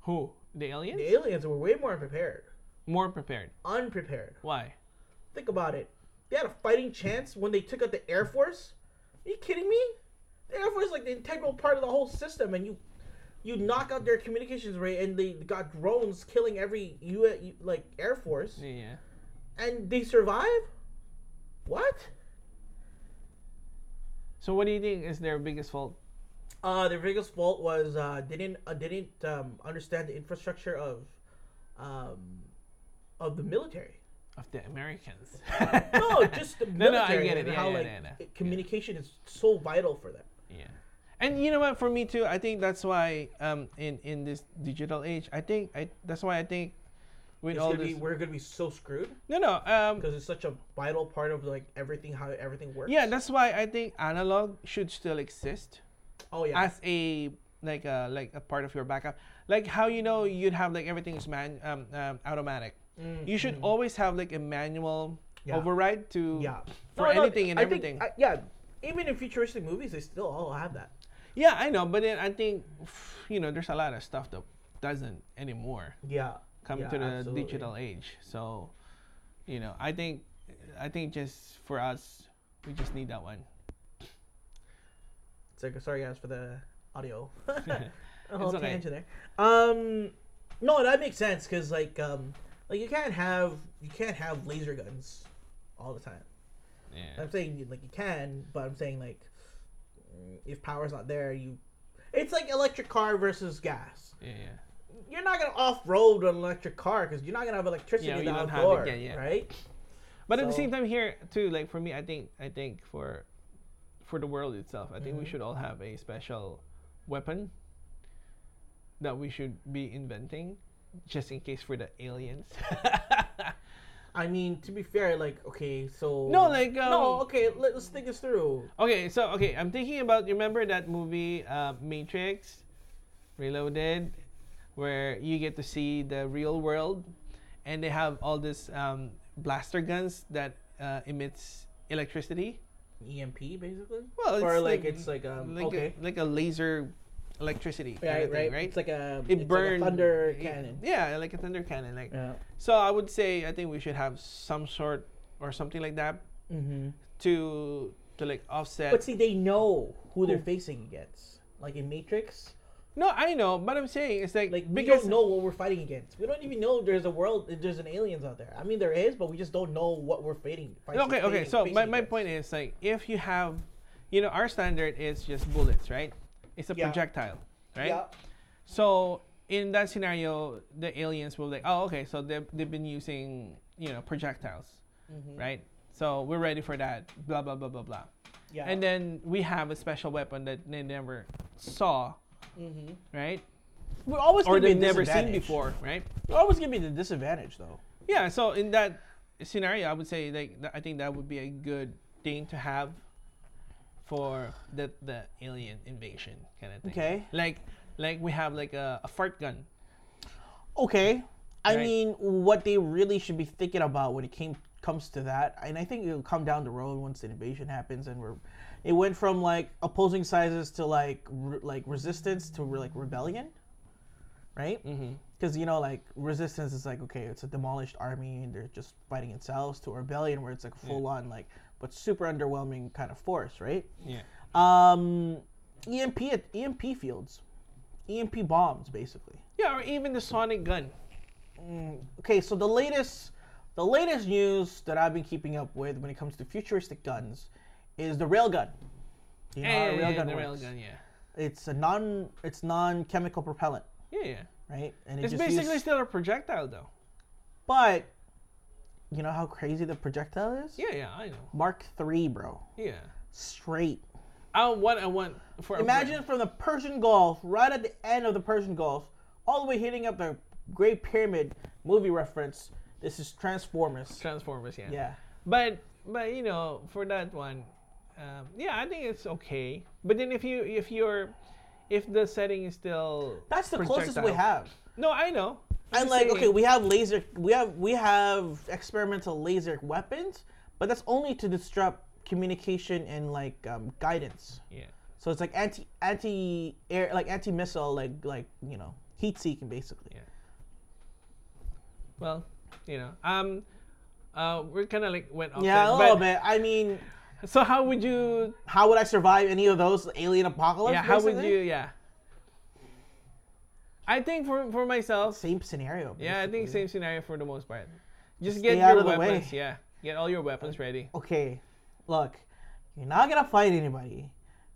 Who? The aliens? The aliens were way more unprepared. More prepared. Unprepared. Why? Think about it. They had a fighting chance when they took out the Air Force. Are you kidding me? The Air Force is like the integral part of the whole system, and you you knock out their communications rate, and they got drones killing every U like Air Force, Yeah, yeah. and they survive. What? So what do you think is their biggest fault? Uh, their biggest fault was uh, they didn't uh, they didn't um, understand the infrastructure of um, of the military. Of the Americans. No, just the No, no, military. I get it. and Yeah, how yeah, like yeah, yeah. communication is so vital for them. Yeah. And you know what? For me too, I think that's why um in in this digital age, I think I that's why I think with It's all gonna this be, we're gonna be so screwed no no um because it's such a vital part of like everything how everything works. yeah that's why I think analog should still exist Oh yeah. as a like a like a part of your backup like how you know you'd have like everything is man um, um automatic you should always have like a manual Mm-hmm. Yeah. override to yeah. for No, no, anything and I think- everything I- yeah. Even in futuristic movies, they still all have that. yeah I know but then I think you know there's a lot of stuff that doesn't anymore Yeah. coming yeah, to the absolutely. digital age. So, you know, I think, I think just for us, we just need that one. It's like, sorry guys for the audio. a whole It's okay. tangent there. Um, no, that makes sense because like um, like you can't have you can't have laser guns all the time. Yeah. I'm saying like you can, but I'm saying like mm, if power's not there, you. It's like electric car versus gas. Yeah. yeah. You're not gonna off road an electric car because you're not gonna have electricity Yeah, in you the don't have it, outdoor, yeah, yeah. right? But at the So- same time, here too, like for me, I think, I think for, for the world itself, I think Mm-hmm. we should all have a special weapon that we should be inventing, just in case for the aliens. I mean, to be fair, like okay, so No, like, no, um, okay, let, us think this through. Okay, so okay, I'm thinking about you remember that movie uh, Matrix Reloaded where you get to see the real world and they have all this um, blaster guns that uh, emits electricity. EMP E basically, Well, it's or like, like- it's like um Like okay, a, like a laser electricity kind right, of thing, right, right? It's like a it it's burns like a thunder cannon. Yeah, like a thunder cannon like. Yeah. So I would say I think we should have some sort or something like that Mm-hmm. to to like offset But see, they know who they're Who? facing against. Like in Matrix, No, I know, but I'm saying it's like, Like we because don't know what we're fighting against. We don't even know there's a world, there's an aliens out there. I mean, there is, but we just don't know what we're fighting. fighting Okay, okay. So my, my point is like if you have, you know, our standard is just bullets, right? It's a Yeah. projectile, right? yeah, So in that scenario, the aliens will like, oh, okay, so they've, they've been using, you know, projectiles, Mm-hmm. right? So we're ready for that, blah, blah, blah, blah, blah. yeah, And then we have a special weapon that they never saw, mm-hmm. right? we're always Or gonna be they've at never seen disadvantage. before, right? We're always gonna be the disadvantage, though. Yeah, so in that scenario, I would say like th- I think that would be a good thing to have for the the alien invasion kind of thing. Okay. Like like we have like a, a fart gun. Okay, I Right. mean, what they really should be thinking about when it came comes to that, and I think it'll come down the road once the invasion happens, and we're It went from like opposing sizes to like re- like resistance to like rebellion, right? Because you know like resistance is like okay, it's a demolished army and they're just fighting themselves to rebellion where it's like full on like but super underwhelming kind of force, right? Yeah. Um, EMP at EMP fields, EMP bombs basically. Yeah, or even the sonic gun. Okay, so the latest the latest news that I've been keeping up with when it comes to futuristic guns is the railgun. Do you know yeah, how a yeah, railgun the works? railgun, yeah. It's a non it's non chemical propellant, Yeah, yeah. right? And it It's just basically use- still a projectile, though. but you know how crazy the projectile is? Yeah, yeah, I know. Mark three, bro. Yeah. Straight. I want, I want for Imagine from the Persian Gulf, right at the end of the Persian Gulf, all the way hitting up the Great Pyramid movie reference. This is Transformers. Transformers, yeah. Yeah. But but you know for that one, um, yeah, I think it's okay. But then if you if you're if the setting is still That's the closest we projectile- have. No, I know. I'm And like, saying- okay, we have laser, we have we have experimental laser weapons, but that's only to disrupt communication and like um, guidance. yeah, So it's like anti anti air, like anti missile, like like you know heat seeking basically. yeah. Well, you know, um, uh, we're kind of like went off. Yeah, there, oh, a little but- bit. I mean, So how would you? how would I survive any of those alien apocalypse? Yeah, how would basically? you? Yeah. I think for for myself, Same scenario. Yeah, I think basically. same scenario for the most part. Just get stay out your of the way. weapons. Yeah, get all your weapons ready. Okay, look, you're not gonna fight anybody.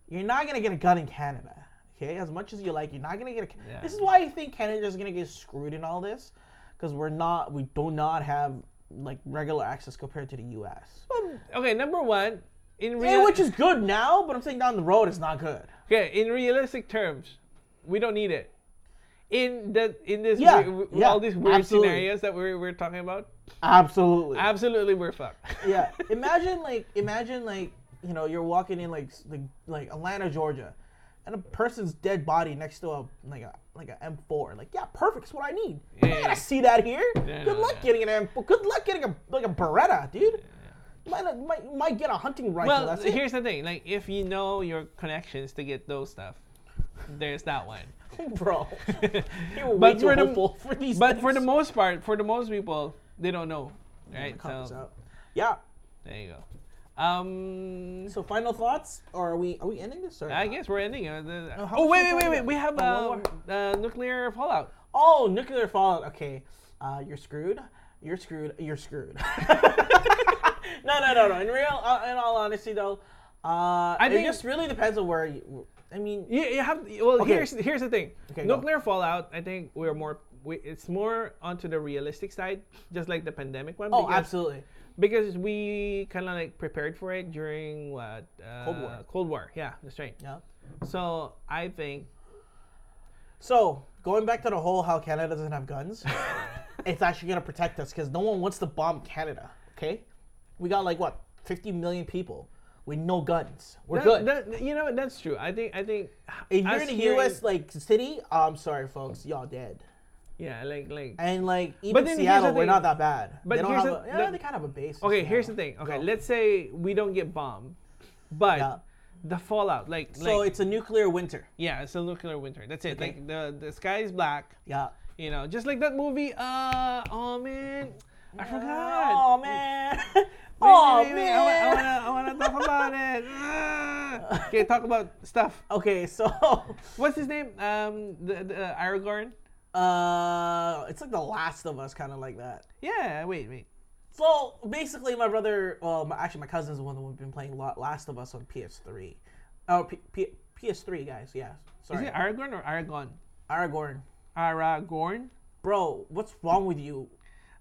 You're not gonna get a gun in Canada. Okay, as much as you like, you're not gonna get. a Yeah. This is why I think Canada's gonna get screwed in all this, because we're not, we do not have like regular access compared to the U.S. Okay, number one, in Yeah, real which is good now, but I'm saying down the road it's not good. okay, in realistic terms, we don't need it. In the in this Yeah, weir- w- yeah, all these weird absolutely. scenarios that we're we're talking about, Absolutely. absolutely we're fucked. yeah. Imagine like imagine like you know you're walking in like s- like like Atlanta, Georgia, and a person's dead body next to a like a like a M4. Like yeah, perfect. It's what I need. I'm not Yeah. gonna see that here. Yeah, good no, luck yeah. getting an M4. Good luck getting a like a Beretta, dude. Might, not- might might get a hunting rifle. well, that's it. here's the thing: like if you know your connections to get those stuff, there's that one. bro. You're way But too for the- hopeful for these. But for the things. most part, for the most people, they don't know. Right? Cut this So out. Yeah. there you go. Um, So final thoughts, or are we are we ending this? Or I guess we're ending. Uh, the, No, how oh much wait, more wait, time wait, we wait. got? We have Oh, uh, one uh, nuclear fallout. Oh, nuclear fallout. Okay, uh, you're screwed. You're screwed. You're screwed. no, no, no, no. In real, uh, in all honesty, though, uh, I it think- just really depends on where. You, I mean, You, you have well. Okay. Here's here's the thing. Okay, go. nuclear fallout. I think we're more. We, it's more onto the realistic side, just like the pandemic one. oh, because, absolutely. Because we kind of like prepared for it during what uh, Cold War. Cold War. Yeah, that's right. Yeah. So I think. So going back to the whole how Canada doesn't have guns, it's actually gonna protect us because no one wants to bomb Canada. Okay, we got like what 50 million people with no guns. We're that- good. that- you know what, that's true. I think I think. if you're us in a hearing- U.S. like city, I'm sorry, folks, y'all dead. Yeah, like like. And like even then here's Seattle, the we're thing. not that bad. But they don't here's have the- a, yeah, the- they kind of have a base. in Okay, Seattle. here's the thing. Okay, Go. let's say we don't get bombed, but Yeah. the fallout, like, So like it's a nuclear winter. yeah, it's a nuclear winter. That's it. Okay. Like the the sky is black. Yeah. You know, just like that movie. Uh, oh man, I forgot. Oh man. Wait, oh wait, wait, wait, I, wa- man. I wanna, I wanna talk about it. Ah. okay, talk about stuff. Okay, so What's his name? Um, the, the uh, Aragorn. uh, it's like The Last of Us, kind of like that. Yeah. Wait, wait. So basically, my brother, well, my, actually, my cousin's the one who's been playing La- Last of Us on PS3. Oh, P- P- PS3, guys. Yeah. Is Sorry. it Aragorn or Aragon? Aragorn. Aragorn. Bro, what's wrong with you?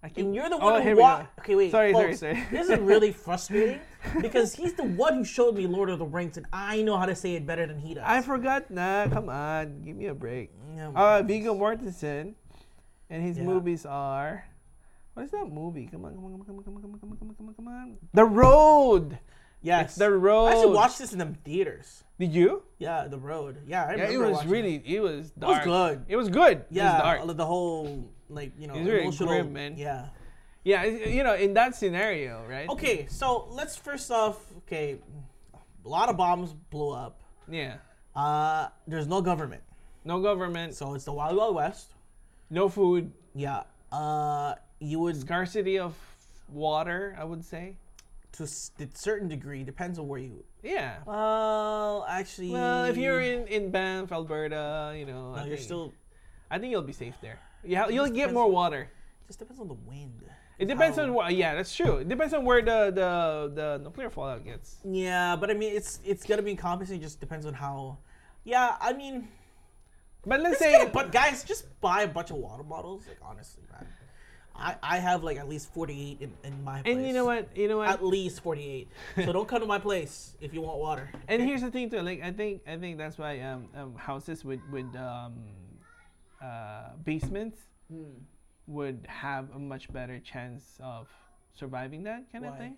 I keep- And you're the Oh, one here who we wa- go. Okay, wait. Sorry, folks, sorry, sorry. This is really frustrating because he's the one who showed me Lord of the Rings, and I know how to say it better than he does. I forgot. Nah, come on, give me a break. Yeah, Uh, Viggo Mortensen, and his Mm. Yeah. movies are. What is that movie? Come on, come on, come on, come on, come on, come on, come on, come on, come on. The Road. yes, The I Road. actually watched this in the theaters. Did you? Yeah, the road. Yeah, I Yeah, remember it was watching really. It was dark. good. It was good. Yeah, it was dark. the whole like you know It's very emotional. grim, man. Yeah. Yeah, it- you know, in that scenario, right? Okay, so let's first off. Okay, a lot of bombs blew up. Yeah. Uh, there's no government, No government, so it's the Wild Wild West. no food, Yeah. Uh, you would scarcity of water, I would say. to a certain degree depends on where you. Yeah. Well, actually. Well, if you're in, in Banff, Alberta, you know, no, I you're think- still. I think you'll be safe there. Yeah, you'll just get depends- more water. Just depends on the wind. It depends on what. Yeah, that's true. It depends on where the the, the nuclear fallout gets. Yeah, but I mean, it's it's gonna be encompassing. Just depends on how. Yeah, I mean, But let's just say, get a bu- guys, just buy a bunch of water bottles. Like honestly, man, I I have like at least forty eight in, in my. Place. and you know what, you know what, At least forty eight. so don't come to my place if you want water. and here's the thing too. Like I think I think that's why um, um houses with with um uh basements Hmm. would have a much better chance of surviving that kind of Why? thing.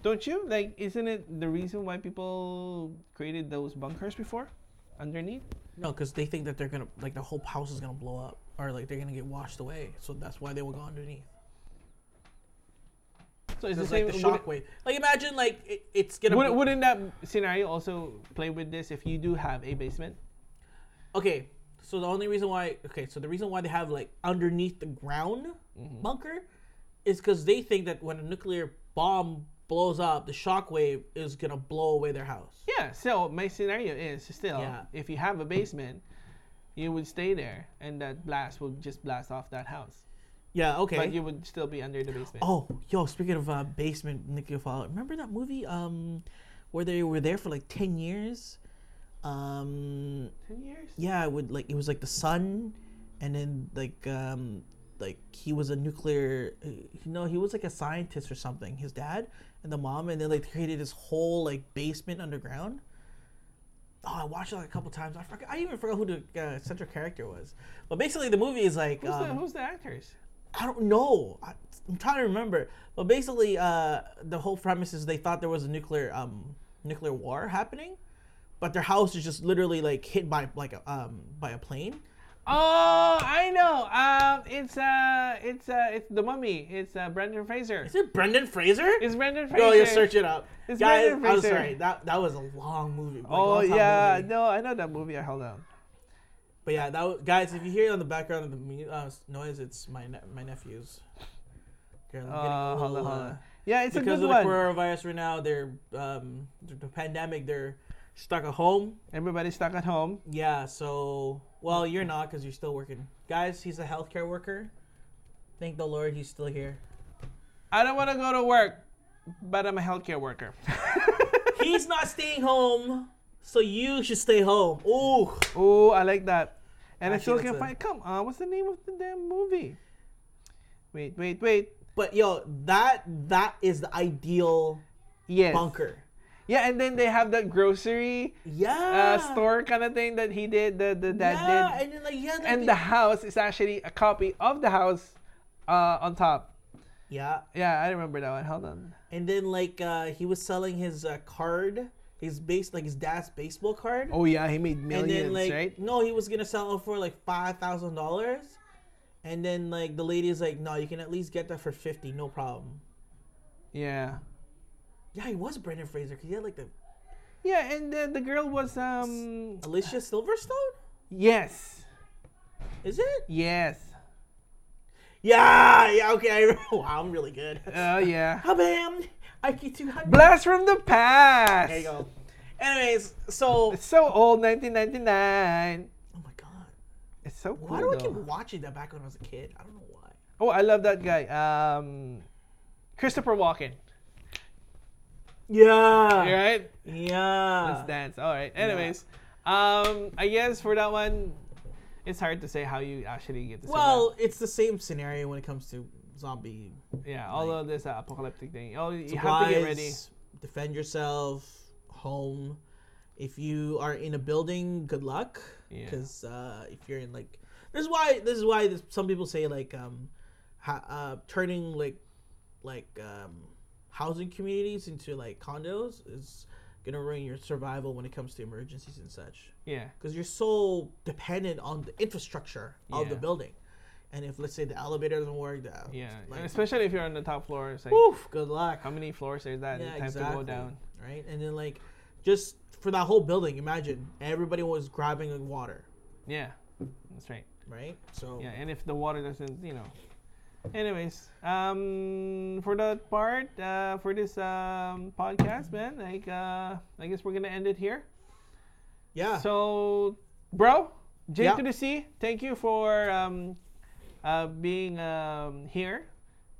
Don't you? Like, isn't it the reason why people created those bunkers before, underneath? No, because they think that they're gonna like the whole house is gonna blow up or like they're gonna get washed away. So that's why they will go underneath. So it's the It's same. like the would- shockwave. Like imagine like it, it's gonna. Would, be- wouldn't that scenario also play with this if you do have a basement? okay so the only reason why okay so the reason why they have like underneath the ground Mm-hmm. bunker is because they think that when a nuclear bomb blows up the shockwave is gonna blow away their house Yeah. So my scenario is still Yeah. if you have a basement, you would stay there, and that blast would just blast off that house, yeah okay but you would still be under the basement. oh yo speaking of uh, basement nuclear fallout remember that movie um where they were there for like 10 years um Ten years. yeah it would like it was like the sun and then like um like he was a nuclear uh, no he was like a scientist or something his dad and the mom and then like created this whole like basement underground oh i watched it like a couple times i forgot i even forgot who the uh, central character was but basically the movie is like Who's, the, um, who's the actors? i don't know I, i'm trying to remember but basically uh the whole premise is they thought there was a nuclear um nuclear war happening but their house is just literally like hit by like a, um by a plane Oh, I know. Um, it's uh, it's uh, it's the mummy. It's uh, Brendan Fraser. Is it Brendan Fraser? It's Brendan Fraser. Go, you search it up. It's Guys, Brendan I'm Fraser. sorry. That that was a long movie. like, Oh long-time yeah, movie. no, I know that movie. I held on. But yeah, that was, guys, if you hear it on the background of the mu- uh, s- noise, it's my ne- my nephews. They're getting a Uh, hold on, little, hold uh, on. Yeah, it's a because good of one. the coronavirus right now, they're um the, the pandemic, they're stuck at home. Everybody's stuck at home. Yeah, so well, you're not because you're still working. Guys, he's a healthcare worker. Thank the Lord, he's still here. I don't want to go to work, but I'm a healthcare worker. he's not staying home, so you should stay home. Ooh. Oh, I like that. And Actually, I still can that's a- find. Come on, what's the name of the damn movie? Wait, wait, wait. But yo, that that is the ideal Yes. bunker. Yeah, and then they have that grocery Yeah. uh, store kind of thing that he did, the, the dad yeah, did. and then like yeah, like, And the house is actually a copy of the house uh, on top. yeah, Yeah, I remember that one. Hold on. and then like uh, he was selling his uh, card, his base like his dad's baseball card, Oh yeah, he made and millions, then like right? no, he was gonna sell it for like five thousand dollars, and then like the lady's like, no, you can at least get that for fifty, no problem. Yeah. Yeah, he was Brendan Fraser because he had like the Yeah, and the, the girl was um. Alicia Silverstone. Yes. Is it? Yes. Yeah, yeah, okay. I, wow, I'm really good. Oh yeah. Habam, IQ 200. Blast from the past. There you go. Anyways, so It's so old, 1999. oh my god, It's so cool. why do I though. keep watching that back when I was a kid? I don't know why. Oh, I love that guy. Um, Christopher Walken. Ah. Yeah. All right, Yeah. Uh. let's dance. All right. Anyways, um, I guess for that one, it's hard to say how you actually get to. survive. Well, it's the same scenario when it comes to zombie. yeah. Although there's an uh, apocalyptic thing. Oh, you have to get ready. Supplies, Defend yourself. Home. If you are in a building, good luck. Yeah. Because uh, if you're in like, this is why this is why this, some people say like um, ha, uh, turning like like um, housing communities into like condos is gonna ruin your survival when it comes to emergencies and such Yeah. because you're so dependent on the infrastructure of the Yeah. building and if let's say the elevator doesn't work the, Yeah. like, And especially if you're on the top floor. It's like, oof, good luck how many floors is that? yeah time exactly to go down. right and then like just for that whole building, imagine everybody was grabbing water, Yeah, that's right. right? So Yeah, and if the water doesn't, you know. Anyways, um, for that part, uh, for this um, podcast, man, like, uh, I guess we're gonna end it here. yeah. So, bro, J Yeah. to the C, thank you for um, uh, being um, here.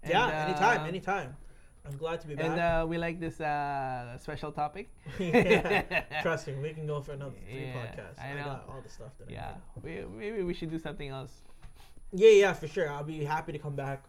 And, yeah, anytime, uh, anytime. I'm glad to be back. And uh, we like this uh, special topic. yeah. Trust me, we can go for another three Yeah, podcasts. I I, know. got all the stuff that I Yeah, need. we, maybe we should do something else. Yeah, yeah, for sure. I'll be happy to come back.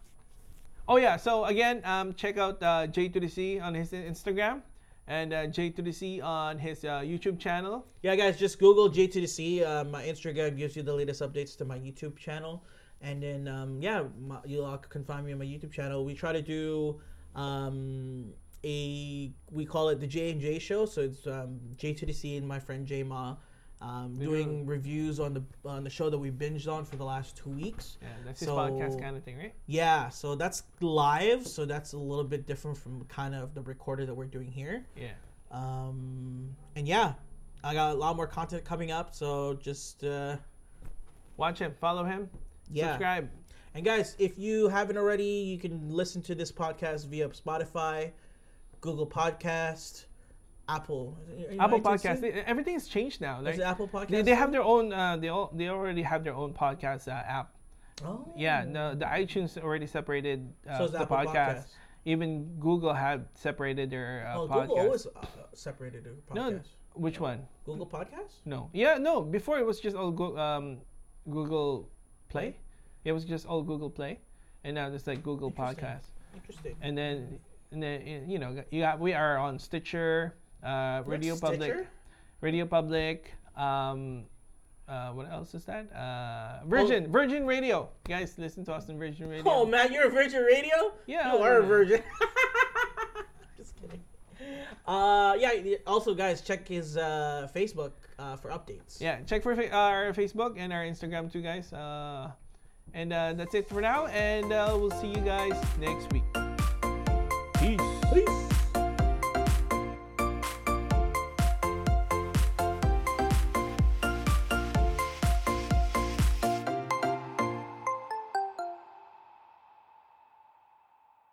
Oh yeah. So again, um, check out uh, J to the C on his Instagram, and uh, J to the C on his uh, YouTube channel. Yeah, guys, just Google J2DC. Uh, my Instagram gives you the latest updates to my YouTube channel. And then, um, yeah, my, you all can find me on my YouTube channel. We try to do um, a, we call it the J&J show. So it's um, J2DC and my friend J Ma. Um, doing reviews on the on the show that we binged on for the last two weeks. Yeah, that's his So- podcast kind of thing, right? Yeah, so that's live. So that's a little bit different from kind of the recorder that we're doing here. Yeah. Um, and yeah, I got a lot more content coming up. So just uh, Watch him, follow him, yeah. subscribe. And guys, if you haven't already, you can listen to this podcast via Spotify, Google Podcast, Apple, Apple iTunes too? Podcast. They- Everything has changed now. Like, Is it Apple Podcast? they, they have their own. Uh, they all, they already have their own podcast uh, app. Oh. Yeah. No, the iTunes already separated uh, So it's the Apple podcast. Podcast. Even Google had separated their uh, Oh, podcast. Google always uh, separated their podcast. no, which one? Google Podcast. No. Yeah, no. Before it was just all go- um, Google Play. It was just all Google Play, and now it's like Google Interesting. Podcast. Interesting. And then, and then you know, you got, we are on Stitcher, uh, Radio Public, Stitcher? Radio Public. Um, uh, what else is that? Uh, Virgin, Virgin Radio. You guys, listen to us on Virgin Radio. Oh man, you're a Virgin Radio. Yeah. you are a Virgin. Just kidding. Uh, yeah. y- Also, guys, check his uh, Facebook uh, for updates. yeah check for fa- our facebook and our instagram too guys uh, and uh, that's it for now and uh, we'll see you guys next week